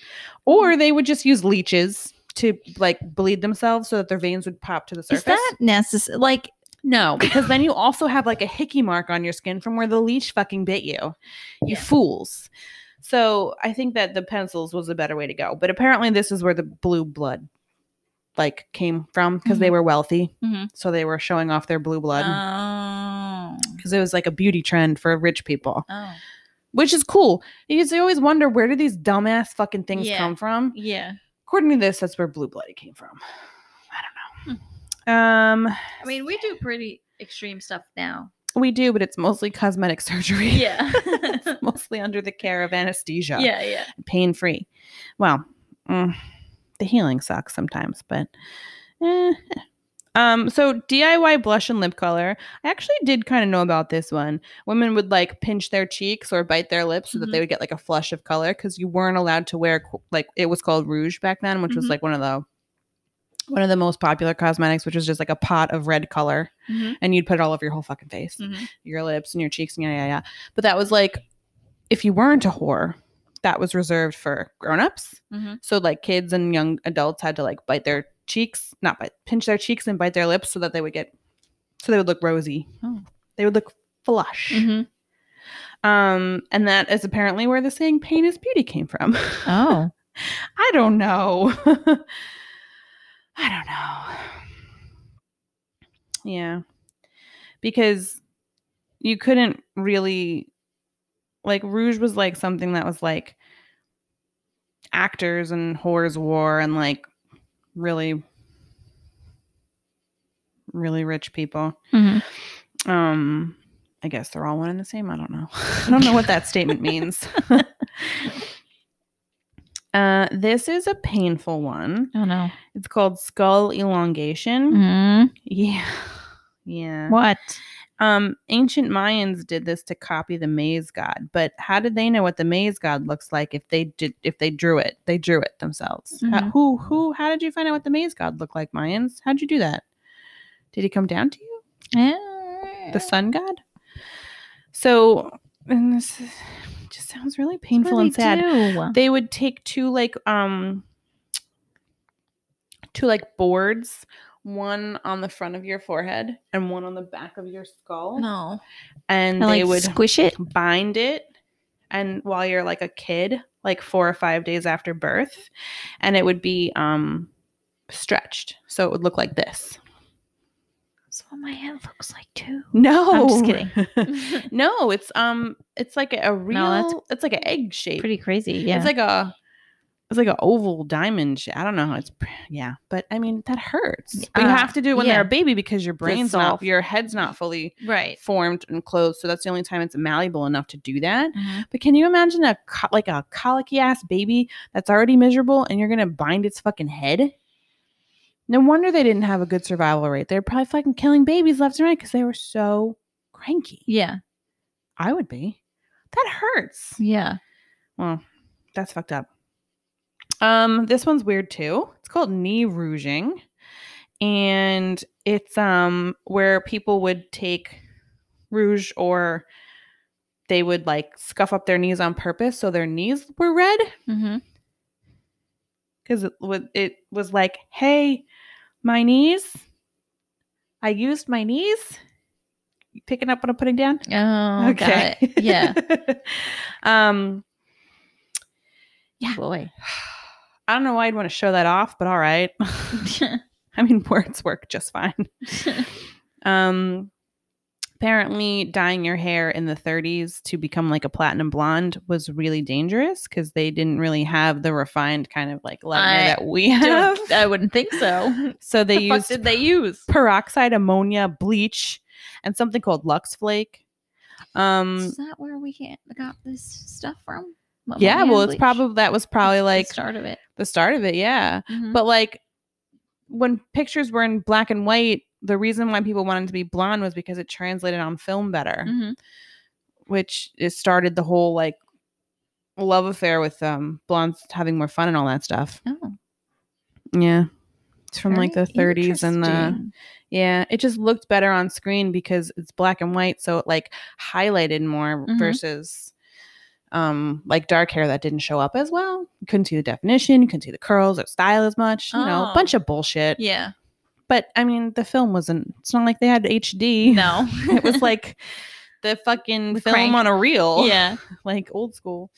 Speaker 2: or they would just use leeches to like bleed themselves so that their veins would pop to the surface
Speaker 1: Is that necessary? Like,
Speaker 2: no because then you also have like a hickey mark on your skin from where the leech fucking bit you you
Speaker 1: Yeah.
Speaker 2: fools so i think that the pencils was a better way to go but apparently this is where the blue blood like came from because they were wealthy
Speaker 1: Mhm.
Speaker 2: so they were showing off their blue
Speaker 1: Um,
Speaker 2: blood
Speaker 1: oh,
Speaker 2: because it was like a beauty trend for rich people
Speaker 1: oh,
Speaker 2: which is cool because I always wonder where do these dumbass fucking things
Speaker 1: Yeah.
Speaker 2: come from.
Speaker 1: yeah.
Speaker 2: According to this, that's where blue blooded came from. I don't
Speaker 1: Hmm.
Speaker 2: know. Um,
Speaker 1: I mean, we do pretty extreme stuff *laughs* now.
Speaker 2: we do, but it's mostly cosmetic *laughs*
Speaker 1: *laughs*
Speaker 2: surgery.
Speaker 1: Yeah.
Speaker 2: It's mostly under the care of anesthesia.
Speaker 1: yeah, yeah.
Speaker 2: pain free. Well, mm, the healing sucks sometimes, but. eh. Um, so DIY blush and lip color. I actually did kind of know about this one. Women would like pinch their cheeks or bite their lips so that they would get like a flush of color because you weren't allowed to wear qu- like it was called rouge back then, which was
Speaker 1: Mhm.
Speaker 2: like one of the one of the most popular cosmetics, which was just like a pot of red color,
Speaker 1: Mhm,
Speaker 2: and you'd put it all over your whole fucking face
Speaker 1: mhm.
Speaker 2: your lips and your cheeks and yada yada. yada. But that was like if you weren't a whore, that was reserved for grown-ups.
Speaker 1: Mhm.
Speaker 2: So like kids and young adults had to like bite their cheeks, not bite, pinch their cheeks and bite their lips so that they would get so they would look rosy.
Speaker 1: Oh.
Speaker 2: They would look flush.
Speaker 1: Mhm.
Speaker 2: Um and that is apparently where the saying pain is beauty came from.
Speaker 1: Oh,
Speaker 2: I don't know. *laughs* I don't know. Yeah. Because you couldn't really like rouge was like something that was like actors and whores wore and like really really rich people.
Speaker 1: Mhm.
Speaker 2: Um I guess they're all one and the same. I don't know. *laughs* I don't know what that statement means. *laughs* uh this is a painful one.
Speaker 1: oh no.
Speaker 2: It's called skull elongation.
Speaker 1: Mhm.
Speaker 2: Yeah. Yeah.
Speaker 1: What?
Speaker 2: Um, ancient Mayans did this to copy the maze god, but how did they know what the maze god looks like if they did if they drew it? They drew it themselves. How-
Speaker 1: Mhm.
Speaker 2: who who how did you find out what the maze god looked like, Mayans? How'd you do that? Did he come down to you? The sun god? So and this is, just sounds really painful and sad they would take two like um two like boards one on the front of your forehead and one on the back of your skull
Speaker 1: No.
Speaker 2: and they would
Speaker 1: squish it.
Speaker 2: bind it and while you're like a kid like four or five days after birth and it would be um stretched so it would look like this
Speaker 1: That's what my hand looks like
Speaker 2: *laughs*
Speaker 1: too.
Speaker 2: no
Speaker 1: I'm just kidding.
Speaker 2: *laughs* no it's um it's like a real
Speaker 1: No, that's
Speaker 2: it's like an egg shape
Speaker 1: Pretty crazy. Yeah.
Speaker 2: it's like a It's like an oval diamond shape. I don't know how it's. pr- Yeah, but I mean that hurts. But you
Speaker 1: Uh,
Speaker 2: have to do it when
Speaker 1: yeah.
Speaker 2: they're a baby because your brain's
Speaker 1: solve.
Speaker 2: not, your head's not fully
Speaker 1: Right.
Speaker 2: formed and closed. So that's the only time it's malleable enough to do that.
Speaker 1: Uh-huh.
Speaker 2: But can you imagine a co- like a colicky ass baby that's already miserable and you're gonna bind its fucking head? No wonder they didn't have a good survival rate. They're probably fucking killing babies left and right because they were so cranky.
Speaker 1: Yeah.
Speaker 2: I would be. That hurts.
Speaker 1: Yeah.
Speaker 2: Well, that's fucked up. Um, this one's weird too. It's called knee rouging. And it's um where people would take rouge or they would like scuff up their knees on purpose so their knees were red
Speaker 1: Mm-hmm.
Speaker 2: because it, wa- it was like, hey, my knees, I used my knees. You picking up what I'm putting down?
Speaker 1: Oh, okay. Yeah.
Speaker 2: *laughs*
Speaker 1: *laughs*
Speaker 2: um,
Speaker 1: Boy.
Speaker 2: *sighs* I don't know why I'd want to show that off, but all right. *laughs* I mean, *laughs* words work just fine. Um, apparently, dyeing your hair in the 30s to become like a platinum blonde was really dangerous because they didn't really have the refined kind of like lavender
Speaker 1: I
Speaker 2: that we have.
Speaker 1: I wouldn't think
Speaker 2: *laughs*
Speaker 1: so.
Speaker 2: so they
Speaker 1: the fuck
Speaker 2: used
Speaker 1: did they use?
Speaker 2: peroxide, ammonia, bleach, and something called Lux Flake. Um,
Speaker 1: Is that where we can't, got this stuff from?
Speaker 2: yeah, well, it's probably that was probably like
Speaker 1: the
Speaker 2: Mm-hmm.
Speaker 1: start of it.
Speaker 2: the start of it. Yeah.
Speaker 1: Mm-hmm.
Speaker 2: But like when pictures were in black and white, the reason why people wanted to be blonde was because it translated on film better,
Speaker 1: Mm-hmm.
Speaker 2: which it started the whole like love affair with um blondes having more fun and all that stuff.
Speaker 1: oh,
Speaker 2: Yeah. It's from like the
Speaker 1: very
Speaker 2: 30s and the
Speaker 1: interesting.
Speaker 2: yeah, it just looked better on screen because it's black and white, so it like highlighted more
Speaker 1: Mhm.
Speaker 2: versus um like dark hair that didn't show up as well. You couldn't see the definition, you couldn't see the curls or style as much, you know,
Speaker 1: Oh.
Speaker 2: a bunch of bullshit. *laughs*
Speaker 1: yeah.
Speaker 2: But I mean, the film wasn't. It's not like they had HD.
Speaker 1: No,
Speaker 2: *laughs* it
Speaker 1: *laughs*
Speaker 2: was like the fucking
Speaker 1: The
Speaker 2: film
Speaker 1: crank.
Speaker 2: on a reel.
Speaker 1: yeah.
Speaker 2: *laughs* like old school.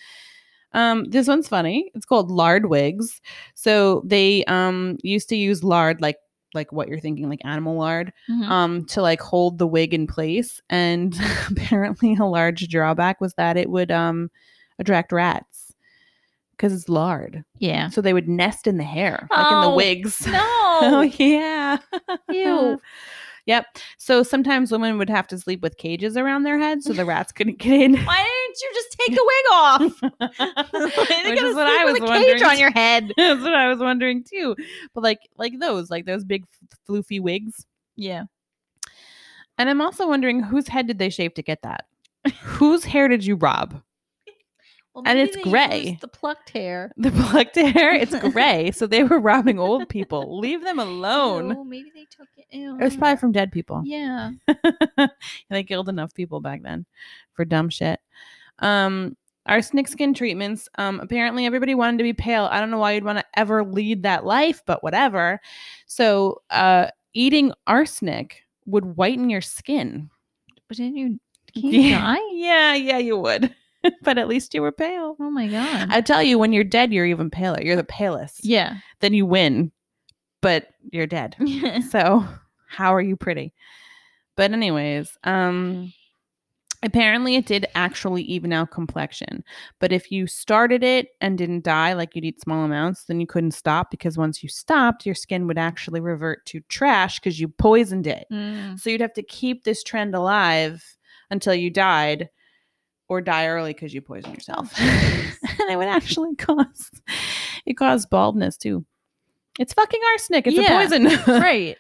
Speaker 2: Um, this one's funny. It's called lard wigs. So they um used to use lard, like like what you're thinking, like animal lard,
Speaker 1: Mhm.
Speaker 2: um, to like hold the wig in place. And *laughs* apparently, a large drawback was that it would um attract rats because it's lard. *laughs*
Speaker 1: yeah.
Speaker 2: So they would nest in the hair, like in
Speaker 1: Oh,
Speaker 2: the wigs. *laughs* Oh
Speaker 1: No.
Speaker 2: yeah.
Speaker 1: Ew.
Speaker 2: *laughs* Yep. So sometimes women would have to sleep with cages around their heads so the rats couldn't
Speaker 1: *laughs*
Speaker 2: get in.
Speaker 1: Why didn't you just take the wig off?
Speaker 2: *laughs*
Speaker 1: *laughs*
Speaker 2: Which is what I was wondering.
Speaker 1: cage on your head.
Speaker 2: *laughs* That's what I was wondering too. But like like those, like those big f- floofy wigs.
Speaker 1: Yeah.
Speaker 2: And I'm also wondering whose head did they shave to get that? whose hair did you rob?
Speaker 1: Well,
Speaker 2: And
Speaker 1: maybe
Speaker 2: it's
Speaker 1: they
Speaker 2: gray.
Speaker 1: used The plucked hair.
Speaker 2: The plucked *laughs* hair? It's gray. so they were robbing old people. Leave them alone.
Speaker 1: Ew, maybe they took it. Ew.
Speaker 2: It was probably from dead people.
Speaker 1: Yeah.
Speaker 2: *laughs* they killed enough people back then for dumb shit. Um, our snake skin treatments. Um, apparently everybody wanted to be pale. I don't know why you'd want to ever lead that life, but whatever. So, uh, eating arsenic would whiten your skin.
Speaker 1: But didn't
Speaker 2: *laughs*
Speaker 1: you? Can you
Speaker 2: Yeah,
Speaker 1: die?
Speaker 2: yeah, yeah, you would. *laughs* but at least you were pale.
Speaker 1: Oh my god.
Speaker 2: I tell you, when you're dead, you're even paler. You're the
Speaker 1: *laughs*
Speaker 2: palest. *laughs*
Speaker 1: yeah.
Speaker 2: Then you win, but you're dead.
Speaker 1: Mm.
Speaker 2: So, how are you pretty? But anyways, um apparently it did actually even out complexion. But if you started it and didn't die like you'd eat small amounts, then you couldn't stop because once you stopped, your skin would actually revert to trash cuz you poisoned it.
Speaker 1: Mm.
Speaker 2: So you'd have to keep this trend alive until you died or die early cuz you poisoned yourself.
Speaker 1: jeez.
Speaker 2: *laughs* and it would actually cause it caused baldness too. It's fucking arsenic. It's
Speaker 1: Yeah.
Speaker 2: a poison. *laughs*
Speaker 1: right.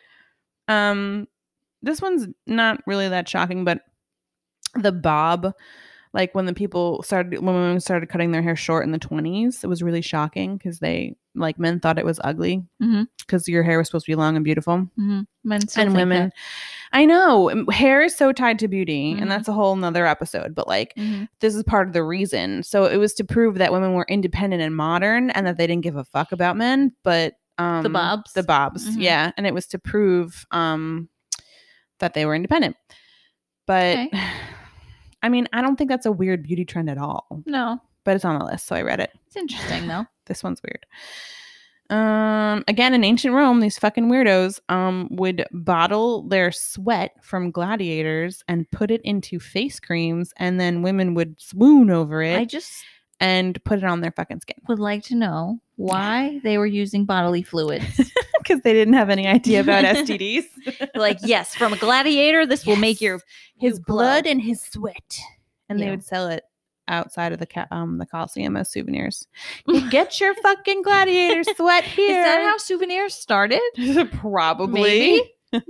Speaker 2: Um, this one's not really that shocking, but the bob, like when the people started, when women started cutting their hair short in the twenties, it was really shocking because they, like, men thought it was ugly
Speaker 1: Mhm.
Speaker 2: because your hair was supposed to be long and beautiful,
Speaker 1: Mm-hmm. Men still
Speaker 2: and
Speaker 1: think
Speaker 2: women, Mm-hmm. I know, um, hair is so tied to beauty,
Speaker 1: Mhm.
Speaker 2: and that's a whole nother episode. But like,
Speaker 1: that. Mhm.
Speaker 2: this is part of the reason. So it was to prove that women were independent and modern and that they didn't give a fuck about men, but um
Speaker 1: bobs.
Speaker 2: The bobs. Mm-hmm.
Speaker 1: Mhm.
Speaker 2: Yeah, and it was to prove um that they were independent. But
Speaker 1: Okay.
Speaker 2: *sighs* I mean, I don't think that's a weird beauty trend at all,
Speaker 1: No,
Speaker 2: but it's on the list, so I read it.
Speaker 1: it's interesting
Speaker 2: *laughs*
Speaker 1: though.
Speaker 2: This one's weird. Um again in ancient Rome, these fucking weirdos um would bottle their sweat from gladiators and put it into face creams and then women would swoon over it
Speaker 1: I just
Speaker 2: and put it on their fucking skin. *laughs*
Speaker 1: would like to know why they were using bodily
Speaker 2: *laughs*
Speaker 1: fluids.
Speaker 2: because they didn't have any idea about STDs.
Speaker 1: like, yes, from a gladiator, this will make
Speaker 2: Yes.
Speaker 1: your
Speaker 2: His *laughs*
Speaker 1: you glow.
Speaker 2: blood and his sweat, and they
Speaker 1: Yeah.
Speaker 2: would sell it outside of the ca- um the Coliseum as souvenirs. You get your fucking gladiator sweat
Speaker 1: Is
Speaker 2: here.
Speaker 1: that how souvenirs started? *laughs*
Speaker 2: Probably. *laughs*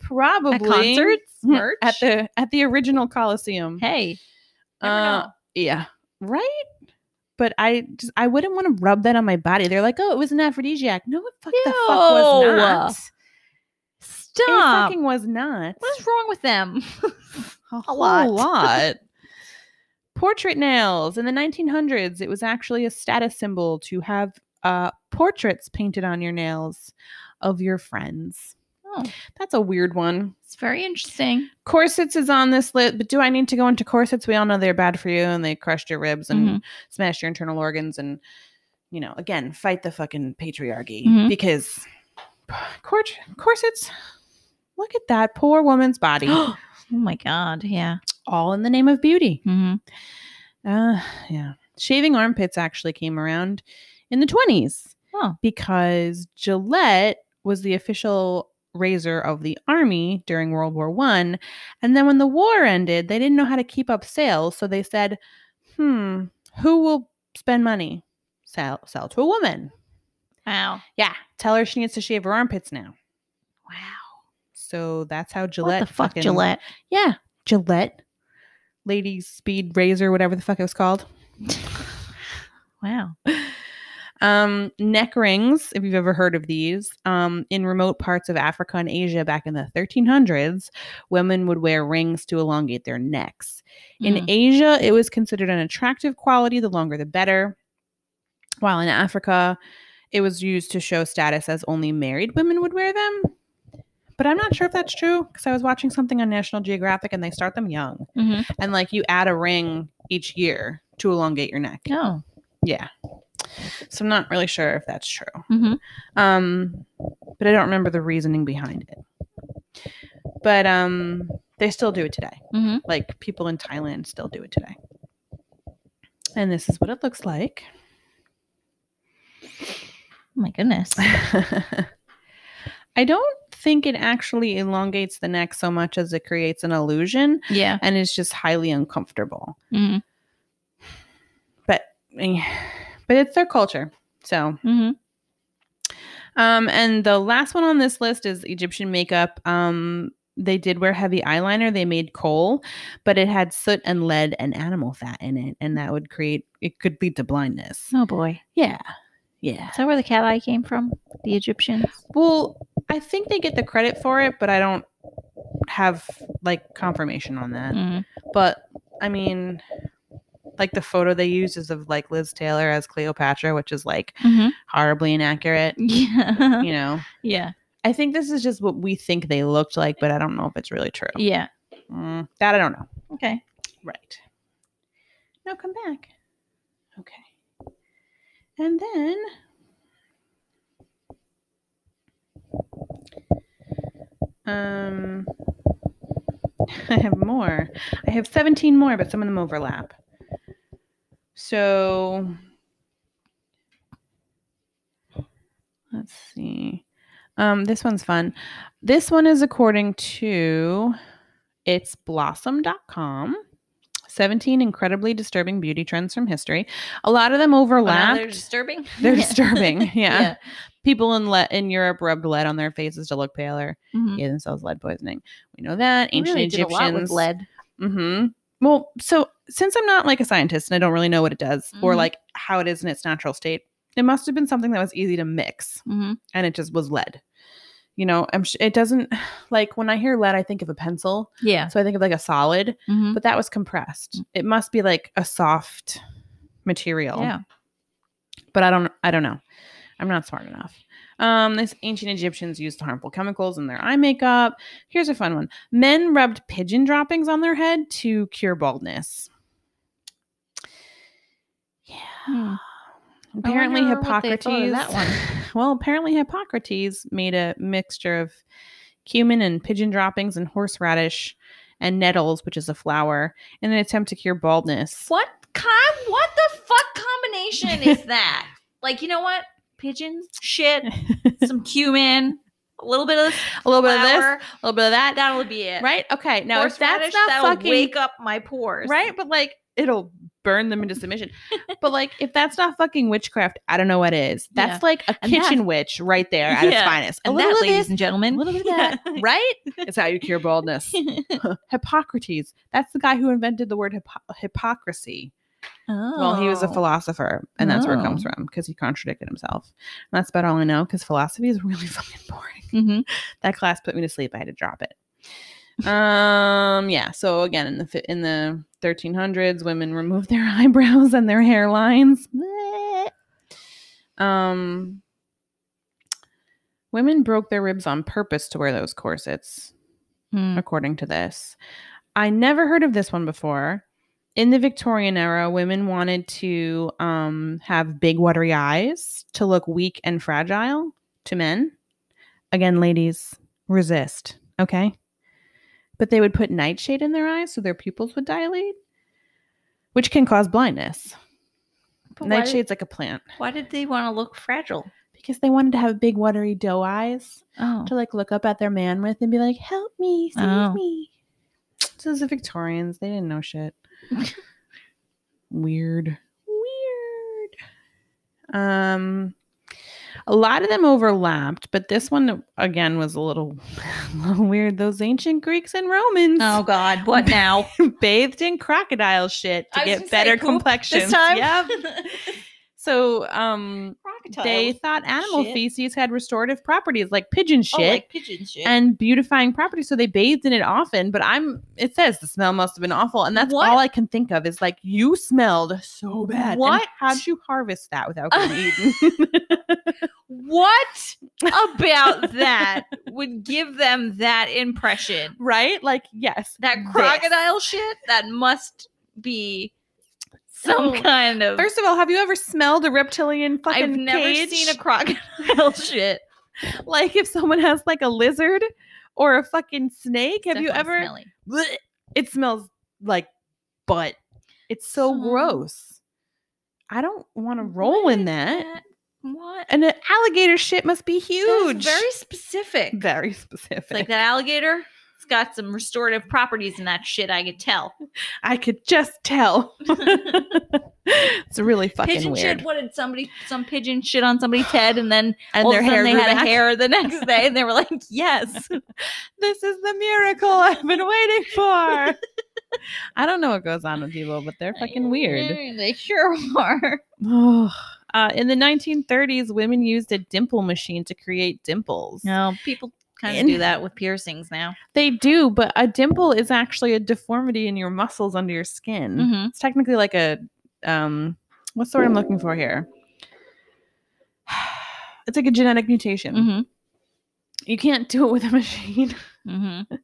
Speaker 2: Probably
Speaker 1: At concerts, merch.
Speaker 2: *laughs* at the at the original Coliseum.
Speaker 1: hey, never
Speaker 2: Uh,
Speaker 1: know.
Speaker 2: Yeah. Right? But I just I wouldn't want to rub that on my body. They're like, oh, it was an aphrodisiac. No, it fuck the fuck was
Speaker 1: Ew.
Speaker 2: not. It
Speaker 1: stop.
Speaker 2: fucking was not.
Speaker 1: What's wrong with them?
Speaker 2: A,
Speaker 1: lot. *laughs*
Speaker 2: lot. portrait nails. In the 1900s, it was actually a status symbol to have uh, portraits painted on your nails of your friends.
Speaker 1: Oh.
Speaker 2: That's a weird one.
Speaker 1: It's very interesting.
Speaker 2: Corsets is on this list, but do I need to go into corsets? We all know they're bad for you and they crushed your ribs and
Speaker 1: Mhm.
Speaker 2: smashed your internal organs and, you know, again, fight the fucking patriarchy
Speaker 1: Mhm.
Speaker 2: because *sighs* cor- corsets, look at that poor
Speaker 1: *gasps*
Speaker 2: woman's body,
Speaker 1: *gasps* oh my god, yeah.
Speaker 2: all in the name of beauty.
Speaker 1: Mhm.
Speaker 2: Uh, yeah. Shaving armpits actually came around in the 20s
Speaker 1: Oh.
Speaker 2: because Gillette was the official razor of the army during World War One, and then when the war ended, they didn't know how to keep up sales, so they said, "Hmm, who will spend money? Sell sell to a woman.
Speaker 1: Wow.
Speaker 2: Yeah, tell her she needs to shave her armpits now."
Speaker 1: Wow.
Speaker 2: So that's how Gillette
Speaker 1: Gillette what the fuck,
Speaker 2: fucking-
Speaker 1: Gillette?
Speaker 2: Yeah, Gillette lady speed razor whatever the fuck it was called.
Speaker 1: *laughs* wow.
Speaker 2: Um, neck rings, if you've ever heard of these, um, in remote parts of Africa and Asia back in the 1300s, women would wear rings to elongate their necks. In
Speaker 1: Mm.
Speaker 2: Asia, it was considered an attractive quality, the longer the better. While in Africa, it was used to show status as only married women would wear them. But I'm not sure if that's true because I was watching something on National Geographic and they start them young.
Speaker 1: Mhm.
Speaker 2: And like you add a ring each year to elongate your neck.
Speaker 1: Oh.
Speaker 2: Yeah. So I'm not really sure if that's true.
Speaker 1: Mhm.
Speaker 2: Um, but I don't remember the reasoning behind it. But um, they still do it today.
Speaker 1: Mhm.
Speaker 2: Like people in Thailand still do it today. And this is what it looks like. *laughs*
Speaker 1: Oh my goodness.
Speaker 2: I don't think it actually elongates the neck so much as it creates an illusion
Speaker 1: *laughs* Yeah.
Speaker 2: and it's just highly uncomfortable. *sighs*
Speaker 1: Mhm.
Speaker 2: But eh, but it's their culture. So
Speaker 1: Mhm.
Speaker 2: Um, and the last one on this list is Egyptian makeup. Um, they did wear heavy eyeliner. They made coal, but it had soot and lead and animal fat in it, and that would create it could lead to blindness.
Speaker 1: Oh boy.
Speaker 2: Yeah, yeah.
Speaker 1: Is that where the cat eye came from? The Egyptians.
Speaker 2: Well, I think they get the credit for it, but I don't have like confirmation on that.
Speaker 1: Mm.
Speaker 2: But I mean, like the photo they used is of like Liz Taylor as Cleopatra, which is like
Speaker 1: Mhm.
Speaker 2: horribly inaccurate.
Speaker 1: *laughs* Yeah.
Speaker 2: You know.
Speaker 1: Yeah.
Speaker 2: I think this is just what we think they looked like, but I don't know if it's really true.
Speaker 1: Yeah.
Speaker 2: Mm, that I don't know.
Speaker 1: Okay.
Speaker 2: Right. No, come back. Okay. And then. Um, *laughs* I have more. I have 17 more, but some of them overlap. So. Let's see. Um, this one's fun. This one is according to it's blossom.com. 17 incredibly disturbing beauty trends from history. A lot of them overlapped.
Speaker 1: Oh, *laughs* They're disturbing.
Speaker 2: They're disturbing. Yeah.
Speaker 1: Yeah.
Speaker 2: People in le- in Europe rubbed lead on their faces to look paler.
Speaker 1: Mhm.
Speaker 2: Gave themselves lead poisoning. We know that. Ancient
Speaker 1: Really did a
Speaker 2: Egyptians.
Speaker 1: lot with lead.
Speaker 2: Mm-hmm. Well, so since I'm not like a scientist and I don't really know what it does or
Speaker 1: Mhm.
Speaker 2: like how it is in its natural state, it must have been something that was easy to mix
Speaker 1: Mhm.
Speaker 2: and it just was lead. You know, I'm sh- it doesn't *sighs* like when I hear lead, I think of a pencil.
Speaker 1: Yeah.
Speaker 2: So I think of like a solid
Speaker 1: Mhm.
Speaker 2: but that was compressed. It must be like a soft material.
Speaker 1: Yeah.
Speaker 2: But I don't I don't know. I'm not smart enough. Um, this ancient Egyptians used harmful chemicals in their eye makeup. Here's a fun one. Men rubbed pigeon droppings on their head to cure baldness. Yeah.
Speaker 1: Hmm.
Speaker 2: Apparently
Speaker 1: wonder what they
Speaker 2: Hippocrates
Speaker 1: thought of that one.
Speaker 2: *laughs* Well, apparently Hippocrates made a mixture of cumin and pigeon droppings and horseradish and nettles, which is a flower, in an attempt to cure baldness. *laughs*
Speaker 1: What kind? What the fuck combination is that? Like, you know what? Pigeons, shit, some cumin, a little bit of this
Speaker 2: A little bit of
Speaker 1: flour.
Speaker 2: this, a little bit of that.
Speaker 1: That'll be it.
Speaker 2: Right? Okay. Now, if
Speaker 1: Horseradish,
Speaker 2: that's not
Speaker 1: that'll
Speaker 2: fucking
Speaker 1: wake up my pores.
Speaker 2: right, but like it'll burn them
Speaker 1: *laughs*
Speaker 2: into submission. but like, if that's not fucking witchcraft, I don't know what is. That's
Speaker 1: Yeah.
Speaker 2: like a
Speaker 1: And that-
Speaker 2: kitchen witch right there at its
Speaker 1: Yeah.
Speaker 2: finest. A
Speaker 1: And
Speaker 2: little
Speaker 1: that,
Speaker 2: of
Speaker 1: ladies
Speaker 2: this,
Speaker 1: and
Speaker 2: a
Speaker 1: gentlemen,
Speaker 2: little bit of
Speaker 1: Yeah.
Speaker 2: that, right? It's how you cure baldness. *laughs* Hippocrates. That's the guy who invented the word hypo- hypocrisy. Well, he was
Speaker 1: *laughs*
Speaker 2: a
Speaker 1: Oh.
Speaker 2: philosopher, and that's where it comes
Speaker 1: Oh.
Speaker 2: from because he contradicted himself. And that's about all I know because philosophy is really *laughs* fucking boring.
Speaker 1: Mhm.
Speaker 2: That class put me to sleep. I had to drop it. Um, yeah. So again, in the fi- in the 1300s, women removed their *laughs* eyebrows and their hairlines. Bleh. Um, women broke their ribs on purpose to wear those corsets
Speaker 1: Hmm.
Speaker 2: according to this. I never heard of this one before. In the Victorian era, women wanted to um, have big, watery eyes to look weak and fragile to men. Again, ladies, resist, okay? But they would put nightshade in their eyes so their pupils would dilate, which can cause blindness.
Speaker 1: But why, did,
Speaker 2: Nightshade's like a plant
Speaker 1: why did they want to look fragile?
Speaker 2: because they wanted to have big, watery, doe eyes
Speaker 1: Oh.
Speaker 2: to like look up at their man with and be like, "Help me, save
Speaker 1: Oh.
Speaker 2: me." So it's the Victorians. They didn't know *laughs* shit. Weird. Weird. Um, a lot of them overlapped, but this one again was a little, *laughs* a little weird. Those ancient Greeks and Romans
Speaker 1: Oh God!
Speaker 2: *laughs*
Speaker 1: What now?
Speaker 2: bathed in crocodile shit to
Speaker 1: I was
Speaker 2: get
Speaker 1: gonna say,
Speaker 2: *laughs* better
Speaker 1: poop this
Speaker 2: complexions.
Speaker 1: time?
Speaker 2: *laughs* Yep. So, um, they thought animal
Speaker 1: shit.
Speaker 2: feces had restorative properties Oh, like pigeon shit
Speaker 1: pigeon shit.
Speaker 2: and beautifying property. So they bathed in it often, but I'm it says the smell must have been awful. And that's
Speaker 1: What?
Speaker 2: all I can think of is like you smelled so bad. And
Speaker 1: What?
Speaker 2: how'd you harvest that
Speaker 1: *laughs*
Speaker 2: without getting eaten?
Speaker 1: what
Speaker 2: *laughs*
Speaker 1: about that would give them that impression?
Speaker 2: right? Like, yes.
Speaker 1: That
Speaker 2: this.
Speaker 1: crocodile shit. That must be some
Speaker 2: So,
Speaker 1: kind of.
Speaker 2: First of all, have you ever smelled Oh, a reptilian fucking
Speaker 1: I've never
Speaker 2: cage?
Speaker 1: seen a crocodile *laughs* shit.
Speaker 2: like if someone has like a lizard or a fucking snake, have you
Speaker 1: Definitely
Speaker 2: ever
Speaker 1: smelly.
Speaker 2: Blech. it smells like butt. It's so
Speaker 1: So-
Speaker 2: gross. I don't want to roll in
Speaker 1: What
Speaker 2: that.
Speaker 1: What?
Speaker 2: And an alligator shit must be
Speaker 1: Huge.
Speaker 2: huge.
Speaker 1: very specific.
Speaker 2: very
Speaker 1: It's
Speaker 2: specific.
Speaker 1: like that alligator. It's got some restorative properties in that shit. I could tell.
Speaker 2: I could just
Speaker 1: *laughs*
Speaker 2: tell. it's really fucking
Speaker 1: pigeon
Speaker 2: weird.
Speaker 1: shit. What did somebody? Some pigeon shit on somebody's head, and then
Speaker 2: and
Speaker 1: all of a sudden They
Speaker 2: grew
Speaker 1: had
Speaker 2: back.
Speaker 1: a hair the next day, and they were like, "Yes,
Speaker 2: This is the miracle I've been waiting
Speaker 1: *laughs*
Speaker 2: for. I don't know what goes on with people, but they're fucking weird.
Speaker 1: They *laughs* sure are.
Speaker 2: Ugh. Uh, in the 1930s, women used a dimple machine to create dimples.
Speaker 1: No, people kind of
Speaker 2: And-
Speaker 1: do that with piercings now.
Speaker 2: They do, but a dimple is actually a deformity in your muscles under your skin.
Speaker 1: Mm-hmm.
Speaker 2: It's technically like a um what's the word I'm looking for here? *sighs* It's like a genetic mutation.
Speaker 1: Mm-hmm.
Speaker 2: You can't do it with a *laughs* machine.
Speaker 1: Mm-hmm.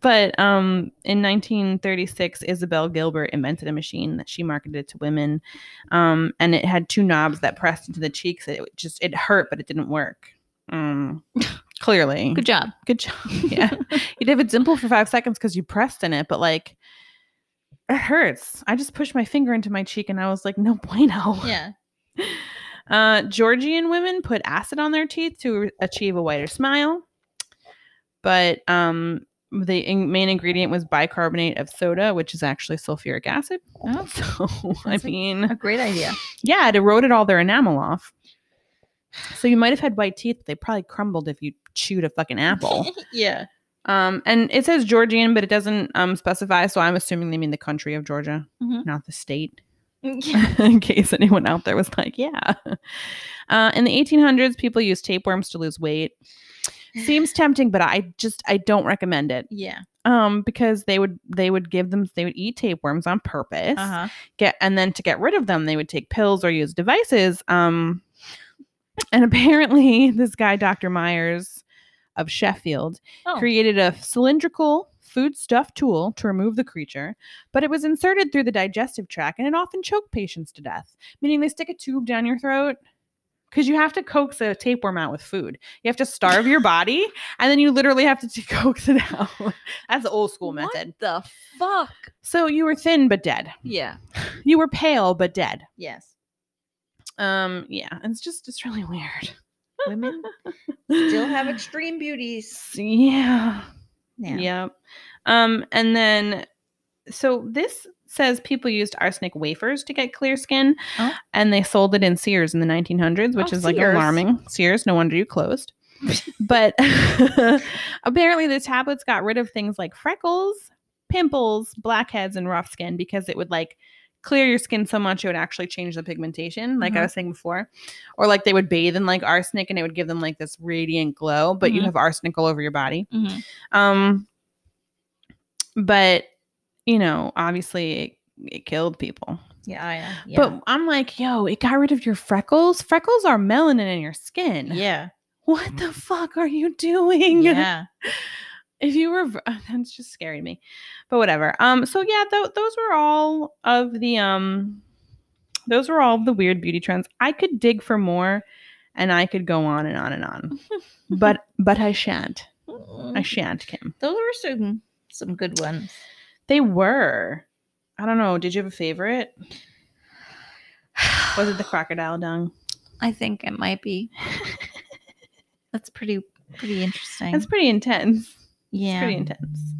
Speaker 2: But um in 1936 Isabel Gilbert invented a machine that she marketed to women. Um and it had two knobs that pressed into the cheeks. It would just it hurt but it didn't work. Um clearly.
Speaker 1: Good job. *laughs*
Speaker 2: Good job. Yeah. You'd have a dimple for five seconds because you pressed in it, but like it hurts. I just pushed my finger into my cheek and I was like, no bueno.
Speaker 1: Yeah.
Speaker 2: Uh, Georgian women put acid on their teeth to re- achieve a whiter smile. But um, the in- main ingredient was bicarbonate of soda, which is actually sulfuric acid.
Speaker 1: Oh.
Speaker 2: *laughs* So, I
Speaker 1: That's a-
Speaker 2: mean,
Speaker 1: A great idea.
Speaker 2: *laughs* yeah, it eroded all their enamel off. So you might have had white teeth. but They probably crumbled if you chewed a fucking apple.
Speaker 1: *laughs* yeah.
Speaker 2: Um, and it says Georgian, but it doesn't um, specify. So I'm assuming they mean the country of Georgia,
Speaker 1: Mhm.
Speaker 2: not the state, *laughs*
Speaker 1: Yeah.
Speaker 2: in case anyone out there was like, yeah. Uh, in the 1800s, people used tapeworms to lose weight. Seems tempting, but I just I don't recommend it.
Speaker 1: Yeah.
Speaker 2: Um, because they would they would give them they would eat tapeworms on purpose.
Speaker 1: Uh-huh.
Speaker 2: Get and then to get rid of them, they would take pills or use devices. Um, and apparently, *laughs* this guy Dr. Myers of Sheffield
Speaker 1: Oh.
Speaker 2: created a cylindrical food stuff tool to remove the creature, but it was inserted through the digestive tract and it often choked patients to death, meaning they stick a tube down your throat. Because you have to coax a tapeworm out with food. You have to starve your body and then you literally have to *laughs* t- coax it out. That's the old school
Speaker 1: What
Speaker 2: method.
Speaker 1: the fuck?
Speaker 2: So you were thin but dead.
Speaker 1: Yeah.
Speaker 2: You were pale but dead.
Speaker 1: Yes.
Speaker 2: Um, yeah, it's just it's really weird.
Speaker 1: *laughs* Women still have extreme beauties.
Speaker 2: *laughs* Yeah.
Speaker 1: now.
Speaker 2: Yep. Um, and then so this says people used arsenic wafers to get clear skin
Speaker 1: Oh.
Speaker 2: and they sold it in Sears in the 1900s, which
Speaker 1: Oh,
Speaker 2: is like
Speaker 1: Sears.
Speaker 2: alarming. Sears, no wonder you
Speaker 1: *laughs*
Speaker 2: closed. but *laughs* apparently the tablets got rid of things like freckles, pimples, blackheads and rough skin because it would like clear your skin so much it would actually change the pigmentation like
Speaker 1: Mhm.
Speaker 2: I was saying before. Or like they would bathe in like arsenic and it would give them like this radiant glow, but you
Speaker 1: Mhm.
Speaker 2: have arsenic all over your body.
Speaker 1: Mhm.
Speaker 2: Um, but you know, obviously it, it killed people.
Speaker 1: Yeah, I know. Yeah.
Speaker 2: But I'm like, yo, it got rid of your freckles. Freckles are melanin in your skin.
Speaker 1: yeah,
Speaker 2: What the fuck are you
Speaker 1: *laughs*
Speaker 2: doing?
Speaker 1: yeah.
Speaker 2: *laughs* If you were, *laughs* that's just scary to me. But whatever. Um. So yeah, tho- those were all of the um, those were all of the weird beauty trends. I could dig for more, and I could go on and on
Speaker 1: *laughs*
Speaker 2: and on. but but I shan't. I
Speaker 1: Mm,
Speaker 2: shan't, Kim.
Speaker 1: Those were some some good ones.
Speaker 2: They were. I don't know. Did you have a favorite? Was it the crocodile dung?
Speaker 1: *sighs* I think it might *laughs* be. That's pretty pretty interesting.
Speaker 2: That's pretty intense. It's
Speaker 1: yeah.
Speaker 2: pretty intense.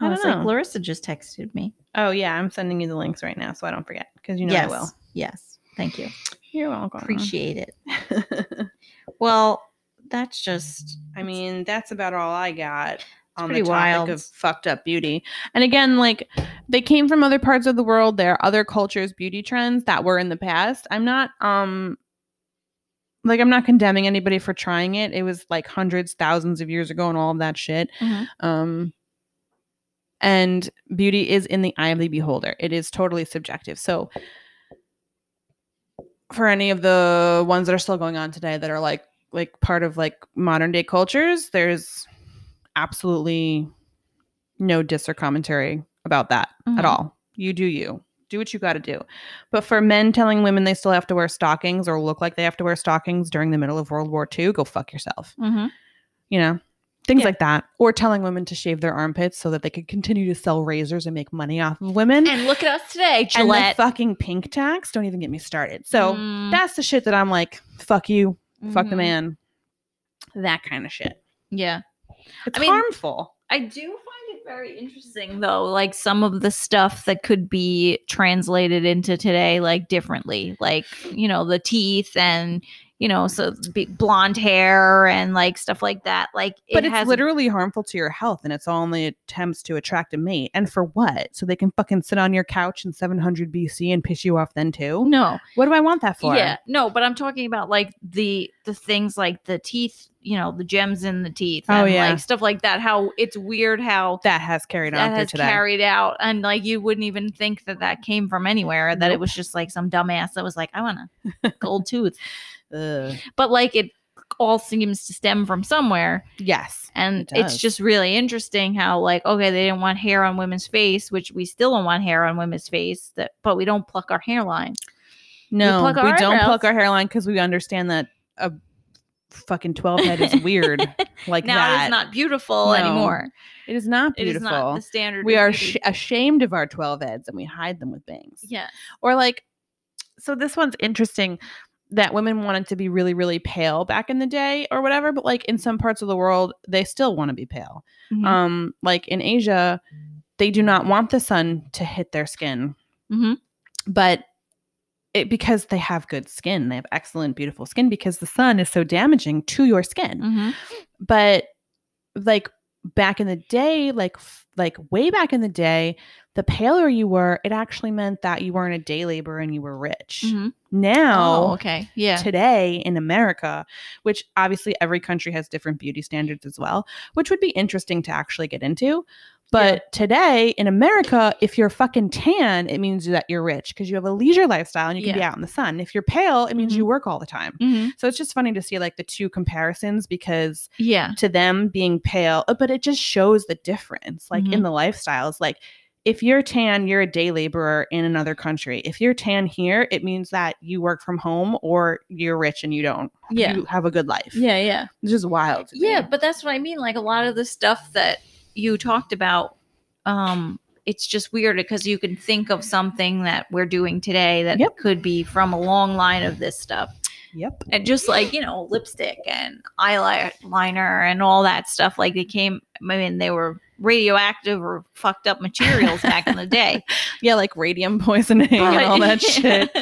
Speaker 1: I
Speaker 2: I
Speaker 1: was
Speaker 2: don't
Speaker 1: like,
Speaker 2: know.
Speaker 1: Larissa just texted me.
Speaker 2: oh yeah, I'm sending you the links right now so I don't forget because you know
Speaker 1: yes.
Speaker 2: I will.
Speaker 1: Yes. Thank you.
Speaker 2: You're welcome.
Speaker 1: Appreciate it.
Speaker 2: *laughs* it.
Speaker 1: Well, that's just
Speaker 2: I mean, that's about all I got on the
Speaker 1: pretty
Speaker 2: topic
Speaker 1: wild.
Speaker 2: of fucked up beauty. And again, like they came from other parts of the world. There are other cultures' beauty trends that were in the past. I'm not um like I'm not condemning anybody for trying it. It was like hundreds, thousands of years ago and all of that shit.
Speaker 1: Mhm.
Speaker 2: Um and beauty is in the eye of the beholder. It is totally subjective. So for any of the ones that are still going on today that are like like part of like modern day cultures, there's absolutely no diss or commentary about that
Speaker 1: Mhm.
Speaker 2: at all. You do you. Do what you got to do. But for men telling women they still have to wear stockings or look like they have to wear stockings during the middle of World War II, go fuck yourself.
Speaker 1: Mhm.
Speaker 2: You know, things
Speaker 1: Yeah.
Speaker 2: like that. Or telling women to shave their armpits so that they could continue to sell razors and make money off of women.
Speaker 1: And look at us today,
Speaker 2: And the
Speaker 1: Gillette.
Speaker 2: fucking pink tax. Don't even get me started. So
Speaker 1: Mm,
Speaker 2: that's the shit that I'm like, fuck you, fuck the
Speaker 1: mhm.
Speaker 2: man, that kind of shit.
Speaker 1: Yeah.
Speaker 2: It's
Speaker 1: I mean-
Speaker 2: harmful.
Speaker 1: I do find it very interesting though, like some of the stuff that could be translated into today, like differently, like you know the teeth and you know so be- blonde hair and like stuff like that. Like,
Speaker 2: But
Speaker 1: it
Speaker 2: it's
Speaker 1: has
Speaker 2: literally harmful to your health, and it's all in the attempts to attract a mate. And for what? So they can fucking sit on your couch in 700 BC and piss you off then too?
Speaker 1: no,
Speaker 2: What do I want that for?
Speaker 1: yeah, no. But I'm talking about like the the things like the teeth, you know, the gems in the teeth.
Speaker 2: Oh,
Speaker 1: and,
Speaker 2: yeah.
Speaker 1: like stuff like that. How it's weird how.
Speaker 2: That has carried on
Speaker 1: That
Speaker 2: through
Speaker 1: has
Speaker 2: today.
Speaker 1: carried out, and like you wouldn't even think that that came from anywhere. That it
Speaker 2: Nope.
Speaker 1: was just like some dumbass that was like, "I want
Speaker 2: *laughs*
Speaker 1: a gold tooth."
Speaker 2: Ugh.
Speaker 1: but like it all seems to stem from somewhere
Speaker 2: Yes.
Speaker 1: and
Speaker 2: It
Speaker 1: it's
Speaker 2: does.
Speaker 1: just really interesting how like okay they didn't want hair on women's face which we still don't want hair on women's face that but we don't pluck our hairline
Speaker 2: No, we,
Speaker 1: pluck our
Speaker 2: don't
Speaker 1: eyebrows.
Speaker 2: pluck our hairline because we understand that a fucking 12 head
Speaker 1: *laughs*
Speaker 2: is weird like
Speaker 1: now
Speaker 2: that.
Speaker 1: it's not beautiful
Speaker 2: No,
Speaker 1: anymore
Speaker 2: it is not
Speaker 1: it is
Speaker 2: beautiful.
Speaker 1: not the standard
Speaker 2: we
Speaker 1: of
Speaker 2: are
Speaker 1: beauty.
Speaker 2: sh- ashamed of our 12 heads and we hide them with bangs.
Speaker 1: yeah
Speaker 2: or like so this one's interesting that women wanted to be really really pale back in the day or whatever but like in some parts of the world they still want to be pale
Speaker 1: Mhm.
Speaker 2: um like in asia they do not want the sun to hit their skin
Speaker 1: Mhm.
Speaker 2: but it because they have good skin they have excellent beautiful skin because the sun is so damaging to your skin
Speaker 1: Mhm.
Speaker 2: but like back in the day like f- like way back in the day the paler you were it actually meant that you weren't a day laborer and you were rich
Speaker 1: Mhm. oh
Speaker 2: now
Speaker 1: okay yeah
Speaker 2: today in america which obviously every country has different beauty standards as well which would be interesting to actually get into but today in america if you're fucking tan it means that you're rich because you have a leisure lifestyle and you can be out in the sun if you're pale it means
Speaker 1: Mhm.
Speaker 2: you work all the time
Speaker 1: Mhm.
Speaker 2: so it's just funny to see like the two comparisons because
Speaker 1: yeah
Speaker 2: to them being pale, uh, but it just shows the difference, like in
Speaker 1: Mhm.
Speaker 2: the lifestyles. Like, if you're tan, you're a day laborer in another country. If you're tan here, it means that you work from home or you're rich and you don't.
Speaker 1: yeah
Speaker 2: You have a good life.
Speaker 1: yeah yeah
Speaker 2: It's just wild. to me.
Speaker 1: yeah but that's what i mean like a lot of the stuff that you talked about um it's just weird because you can think of something that we're doing today that
Speaker 2: Yep.
Speaker 1: could be from a long line of this stuff.
Speaker 2: Yep.
Speaker 1: And just like, you know, lipstick and eyeliner and all that stuff. Like they came, I mean, they were radioactive or fucked up materials back in the day.
Speaker 2: Yeah, like radium *laughs* poisoning and all
Speaker 1: *laughs*
Speaker 2: that shit.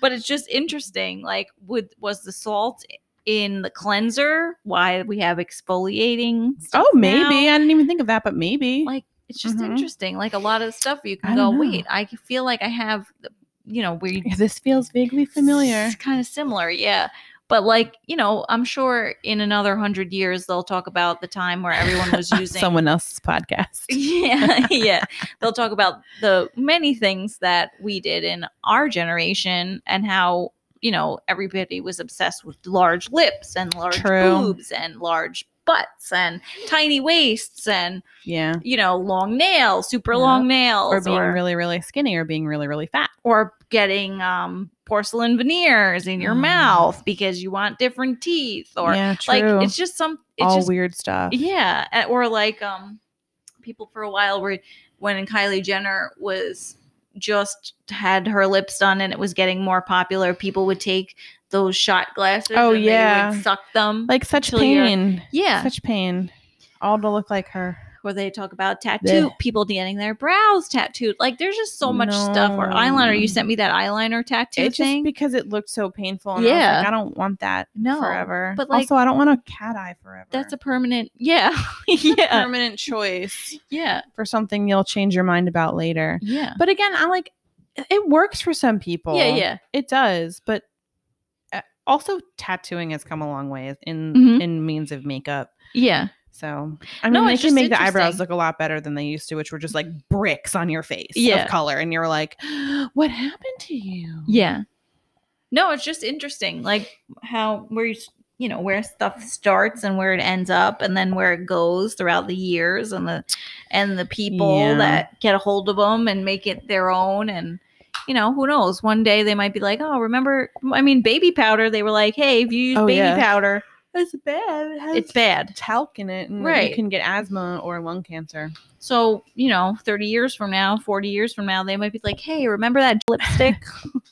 Speaker 1: But it's just interesting. Like, would was the salt in the cleanser? Why we have exfoliating? stuff
Speaker 2: Oh, maybe.
Speaker 1: now?
Speaker 2: I didn't even think of that, but maybe.
Speaker 1: Like, it's just
Speaker 2: Mhm.
Speaker 1: interesting. Like a lot of stuff you can
Speaker 2: I
Speaker 1: go.
Speaker 2: don't know.
Speaker 1: Wait, I feel like I have. You know, we
Speaker 2: Yeah, this feels vaguely familiar.
Speaker 1: It's kind of similar, yeah. But like, you know, I'm sure in another hundred years they'll talk about the time where everyone was using
Speaker 2: *laughs* Someone else's podcast.
Speaker 1: *laughs* Yeah, yeah. They'll talk about the many things that we did in our generation and how you know everybody was obsessed with large lips and large
Speaker 2: True.
Speaker 1: boobs and large butts and tiny waists and
Speaker 2: Yeah.
Speaker 1: you know long nails, super
Speaker 2: Yeah.
Speaker 1: long nails,
Speaker 2: Or being really, really skinny or being really, really fat.
Speaker 1: or getting um, porcelain veneers in your
Speaker 2: Mm.
Speaker 1: mouth because you want different teeth or
Speaker 2: yeah,
Speaker 1: like
Speaker 2: true.
Speaker 1: it's just some it's
Speaker 2: all
Speaker 1: just
Speaker 2: weird stuff.
Speaker 1: yeah and- or like um people for a while were when Kylie Jenner was just had her lips done and it was getting more popular people would take those shot glasses
Speaker 2: Oh,
Speaker 1: and they would
Speaker 2: yeah.
Speaker 1: suck them
Speaker 2: Like such
Speaker 1: Till you're-
Speaker 2: pain.
Speaker 1: yeah
Speaker 2: Such pain. All to look like her.
Speaker 1: where they talk about tattoo
Speaker 2: Blech.
Speaker 1: people getting their brows tattooed like there's just so much stuff or
Speaker 2: No.
Speaker 1: eyeliner you sent me that eyeliner tattoo
Speaker 2: It's just
Speaker 1: thing
Speaker 2: because it looked so painful. And I, was
Speaker 1: Yeah.
Speaker 2: like, I don't want that
Speaker 1: No,
Speaker 2: forever.
Speaker 1: but, like-
Speaker 2: also, I don't want a cat eye forever.
Speaker 1: that's a permanent yeah *laughs*
Speaker 2: *laughs*
Speaker 1: yeah
Speaker 2: permanent choice
Speaker 1: yeah
Speaker 2: *laughs* for something you'll change your mind about later.
Speaker 1: yeah
Speaker 2: But again, I like it works for some people.
Speaker 1: yeah yeah
Speaker 2: it does. But uh, also, tattooing has come a long way in
Speaker 1: Mhm.
Speaker 2: in means of makeup.
Speaker 1: yeah
Speaker 2: So I
Speaker 1: No,
Speaker 2: mean, they
Speaker 1: it's
Speaker 2: can
Speaker 1: just
Speaker 2: make the
Speaker 1: interesting.
Speaker 2: eyebrows
Speaker 1: Mm-hmm.
Speaker 2: look a lot better than they used to, which were just like bricks on your face
Speaker 1: Yeah.
Speaker 2: of color, and you were like, *gasps* "What happened to you?"
Speaker 1: Yeah. No, it's just interesting, like how where you s- you know where stuff starts and where it ends up, and then where it goes throughout the years, and the and the people
Speaker 2: Yeah.
Speaker 1: that get a hold of them and make it their own, and you know who knows, one day they might be like, oh, remember? I mean, baby powder. They were like, hey, if you use
Speaker 2: Oh,
Speaker 1: baby
Speaker 2: yeah.
Speaker 1: powder,
Speaker 2: It's bad. It has
Speaker 1: it's bad.
Speaker 2: talc in it, and
Speaker 1: Right.
Speaker 2: you can get asthma or lung cancer.
Speaker 1: So you know, thirty years from now, forty years from now, they might be like, hey, remember
Speaker 2: *laughs*
Speaker 1: that lipstick? *laughs*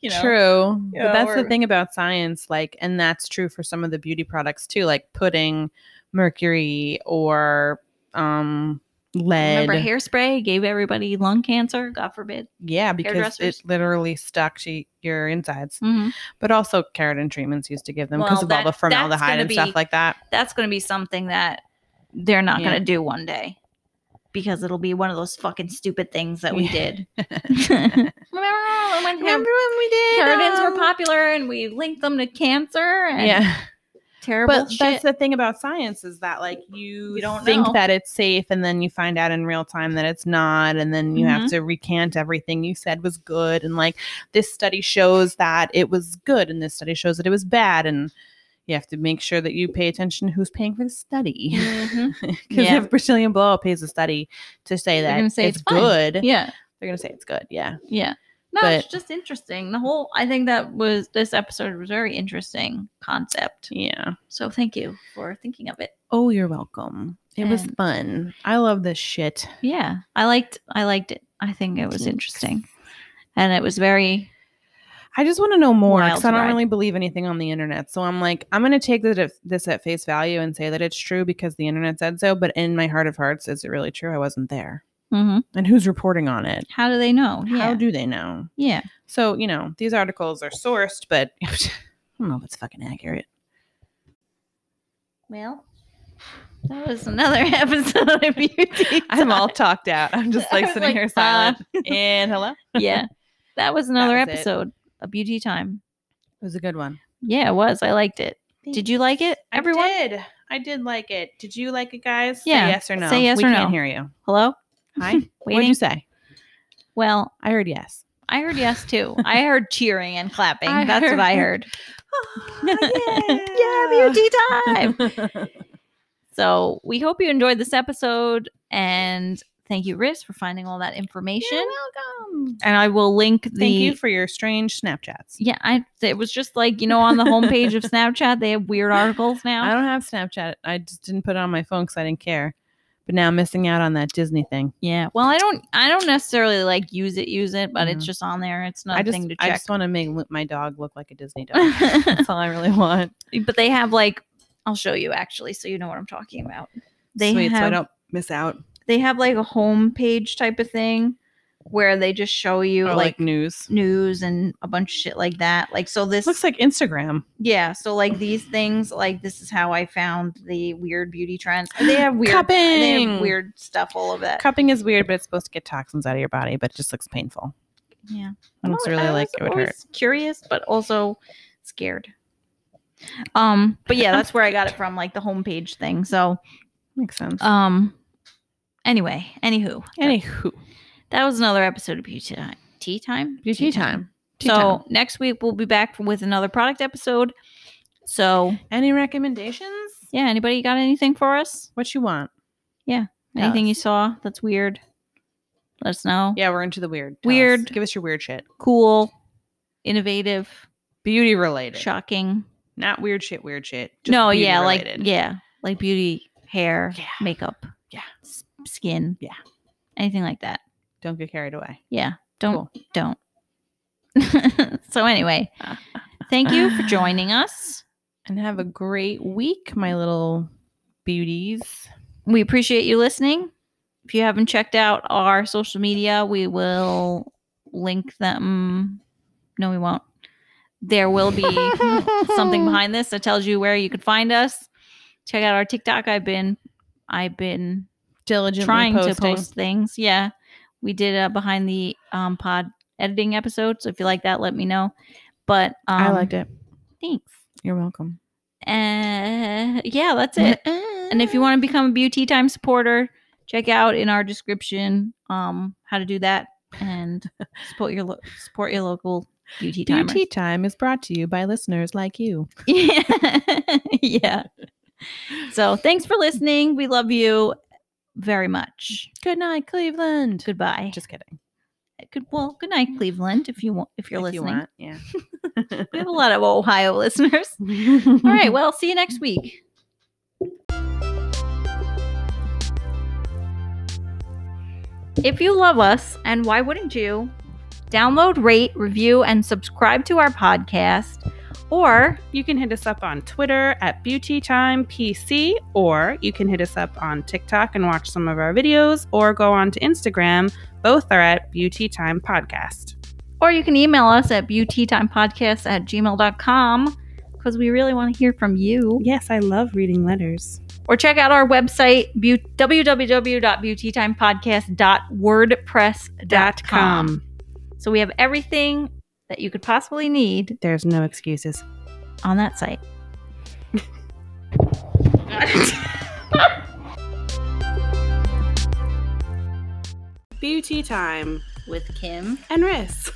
Speaker 1: you know,
Speaker 2: true,
Speaker 1: Yeah,
Speaker 2: but that's the
Speaker 1: or-
Speaker 2: thing about science. Like, and that's true for some of the beauty products too, like putting mercury or um lead.
Speaker 1: remember hairspray gave everybody lung cancer. God forbid.
Speaker 2: yeah, because it
Speaker 1: hairdressers?
Speaker 2: literally stuck to your insides.
Speaker 1: Mm-hmm.
Speaker 2: But also keratin treatments used to give them because
Speaker 1: Well,
Speaker 2: of all
Speaker 1: that-
Speaker 2: the
Speaker 1: that's
Speaker 2: formaldehyde
Speaker 1: gonna
Speaker 2: and
Speaker 1: be-
Speaker 2: stuff like that.
Speaker 1: that's going to be something that they're not
Speaker 2: Yeah.
Speaker 1: going to do one day because it'll be one of those fucking stupid things that we
Speaker 2: Yeah. *laughs*
Speaker 1: did. Remember when hair
Speaker 2: when we did
Speaker 1: keratins were
Speaker 2: um,
Speaker 1: popular and we linked them to cancer and
Speaker 2: Yeah,
Speaker 1: terrible
Speaker 2: but
Speaker 1: shit?
Speaker 2: *laughs* that's the thing about science is that like you,
Speaker 1: You don't
Speaker 2: think
Speaker 1: know.
Speaker 2: that it's safe, and then you find out in real time that it's not, and then you
Speaker 1: Mm-hmm.
Speaker 2: have to recant everything you said was good, and like this study shows that it was good, and this study shows that it was bad, and you have to make sure that you pay attention to who's paying for the study. *laughs*
Speaker 1: Mhm.
Speaker 2: Because
Speaker 1: Yeah.
Speaker 2: if Brazilian blow up pays a study to say
Speaker 1: They're
Speaker 2: that
Speaker 1: gonna say
Speaker 2: it's,
Speaker 1: it's fine.
Speaker 2: good,
Speaker 1: yeah,
Speaker 2: they're gonna say it's good. Yeah.
Speaker 1: yeah. No, it's
Speaker 2: But-
Speaker 1: just interesting. The whole I think that was this episode was a very interesting concept.
Speaker 2: Yeah.
Speaker 1: So thank you for thinking of it.
Speaker 2: Oh, you're welcome. It was
Speaker 1: And-
Speaker 2: fun. I love this shit.
Speaker 1: Yeah, I liked I liked it. I think it was interesting, and it was very
Speaker 2: I just want to know more
Speaker 1: Wild
Speaker 2: because I don't
Speaker 1: ride.
Speaker 2: really believe anything on the internet. So I'm like, I'm going to take that if- this at face value and say that it's true because the internet said so. But in my heart of hearts, is it really true? I wasn't there.
Speaker 1: mhm.
Speaker 2: And who's reporting on it?
Speaker 1: How do they know?
Speaker 2: How
Speaker 1: Yeah.
Speaker 2: do they know?
Speaker 1: yeah.
Speaker 2: So, you know, these articles are sourced, but *laughs* I don't know if it's fucking accurate. *laughs*
Speaker 1: Well, that was another *laughs* episode of Beauty.
Speaker 2: *laughs* I'm all
Speaker 1: Time.
Speaker 2: talked out. I'm just
Speaker 1: I
Speaker 2: like
Speaker 1: was
Speaker 2: sitting
Speaker 1: like,
Speaker 2: here silent. *laughs* and hello.
Speaker 1: yeah. That was another
Speaker 2: was it.
Speaker 1: episode of Beauty Time.
Speaker 2: It was a good one.
Speaker 1: Yeah, it was. I liked it. Did you like it, everyone?
Speaker 2: I did. I did like it. Did you like it, guys?
Speaker 1: Yeah.
Speaker 2: Say yes or no.
Speaker 1: Say yes
Speaker 2: we
Speaker 1: or
Speaker 2: can't
Speaker 1: no.
Speaker 2: hear *laughs* you.
Speaker 1: Hello?
Speaker 2: Hi. what did
Speaker 1: Waiting.
Speaker 2: you say?
Speaker 1: Well,
Speaker 2: I heard yes.
Speaker 1: I heard yes
Speaker 2: *laughs*
Speaker 1: too. I heard cheering and clapping.
Speaker 2: I
Speaker 1: That's what I
Speaker 2: heard-
Speaker 1: heard.
Speaker 2: *laughs* yeah.
Speaker 1: yeah, beauty time. *laughs* So we hope you enjoyed this episode and thank you, Riz, for finding all that information.
Speaker 2: welcome.
Speaker 1: and I will link the
Speaker 2: Thank you for your strange Snapchats.
Speaker 1: Yeah, I it was just like, you know, on the homepage
Speaker 2: *laughs*
Speaker 1: of Snapchat, they have weird articles now.
Speaker 2: I don't have Snapchat. I just didn't put it on my phone because I didn't care. but now missing out on that Disney thing.
Speaker 1: Yeah. Well, I don't I don't necessarily like use it, use it, but
Speaker 2: Mhm.
Speaker 1: it's just on there. It's
Speaker 2: I
Speaker 1: nothing
Speaker 2: just
Speaker 1: to
Speaker 2: I
Speaker 1: check.
Speaker 2: just want to make my dog look like a
Speaker 1: *laughs*
Speaker 2: Disney dog. That's all I really want.
Speaker 1: but they have like I'll show you actually so you know what I'm talking about. They
Speaker 2: Sweet, so I
Speaker 1: have
Speaker 2: don't miss out.
Speaker 1: they have like a home page type of thing where they just show you
Speaker 2: Or
Speaker 1: like,
Speaker 2: Oh, like, news.
Speaker 1: news and a bunch of shit like that. Like so this
Speaker 2: Looks like Instagram.
Speaker 1: yeah, so like these things like this is how I found the weird beauty trends. They have weird
Speaker 2: cupping.
Speaker 1: they have weird stuff all over that.
Speaker 2: Cupping is weird, but it's supposed to get toxins out of your body, but it just looks painful.
Speaker 1: yeah.
Speaker 2: I don't
Speaker 1: always-
Speaker 2: really
Speaker 1: Oh, I
Speaker 2: like
Speaker 1: was
Speaker 2: it would
Speaker 1: always
Speaker 2: hurt.
Speaker 1: Curious, but also scared. Um, but yeah, that's where I got it from, like the homepage thing. So,
Speaker 2: Makes sense.
Speaker 1: um, anyway, anywho,
Speaker 2: Uh, Anywho,
Speaker 1: that was another episode of Beauty Time. Tea time.
Speaker 2: Beauty Time.
Speaker 1: So next week we'll be back with another product episode. So
Speaker 2: any recommendations?
Speaker 1: yeah, anybody got anything for us?
Speaker 2: What you want? Tell
Speaker 1: Anything
Speaker 2: us.
Speaker 1: you saw that's weird? Let us know.
Speaker 2: Yeah, we're into the weird.
Speaker 1: Tell us. Weird.
Speaker 2: Give us your weird shit.
Speaker 1: Cool, innovative,
Speaker 2: Beauty related.
Speaker 1: shocking.
Speaker 2: Not weird shit, weird shit. just
Speaker 1: no
Speaker 2: beauty
Speaker 1: yeah
Speaker 2: related.
Speaker 1: like yeah like beauty hair
Speaker 2: Yeah.
Speaker 1: makeup
Speaker 2: Yeah.
Speaker 1: s- skin
Speaker 2: Yeah.
Speaker 1: anything like that
Speaker 2: Don't get carried away.
Speaker 1: yeah don't *laughs* don't so
Speaker 2: *laughs*
Speaker 1: anyway thank you for joining us
Speaker 2: And have a great week, my little *laughs* beauties.
Speaker 1: we appreciate you listening if you haven't checked out our social media we will link them no we won't there will
Speaker 2: *laughs*
Speaker 1: be something behind this that tells you where you can find us check out our tiktok i've been i've been
Speaker 2: diligently
Speaker 1: trying to
Speaker 2: posting.
Speaker 1: post things. Yeah. We did a behind the um, pod editing episode. So if you like that, let me know. But um,
Speaker 2: I liked it.
Speaker 1: Thanks.
Speaker 2: You're welcome.
Speaker 1: Uh, yeah, that's
Speaker 2: Mm-hmm.
Speaker 1: it.
Speaker 2: *laughs*
Speaker 1: and if you want to become a beauty time supporter, check out in our description um, how to do that
Speaker 2: *laughs*
Speaker 1: and support your lo- support your local beauty time.
Speaker 2: Beauty time is brought to you by listeners like you.
Speaker 1: yeah. *laughs* yeah. So thanks for listening. We love you very much.
Speaker 2: Good night, Cleveland.
Speaker 1: Goodbye.
Speaker 2: Just kidding.
Speaker 1: good well good night cleveland if you want if you're
Speaker 2: If you
Speaker 1: listening
Speaker 2: want,
Speaker 1: *laughs*
Speaker 2: yeah.
Speaker 1: we have a lot of ohio *laughs* listeners all right well see you next week if you love us and why wouldn't you download rate review and subscribe to our podcast or
Speaker 2: You can hit us up on Twitter at BeautyTimePC, or you can hit us up on TikTok and watch some of our videos, or go on to Instagram. Both are at Beauty Time Podcast.
Speaker 1: or you can email us at beautytimepodcast at gmail.com because we really want to hear from you
Speaker 2: Yes, I love reading letters.
Speaker 1: or check out our website bu- www.beautytimepodcast.wordpress.com.
Speaker 2: Com.
Speaker 1: So we have everything that you could possibly need
Speaker 2: There's no excuses.
Speaker 1: on that site.
Speaker 2: Beauty Time
Speaker 1: With Kim
Speaker 2: and Riss.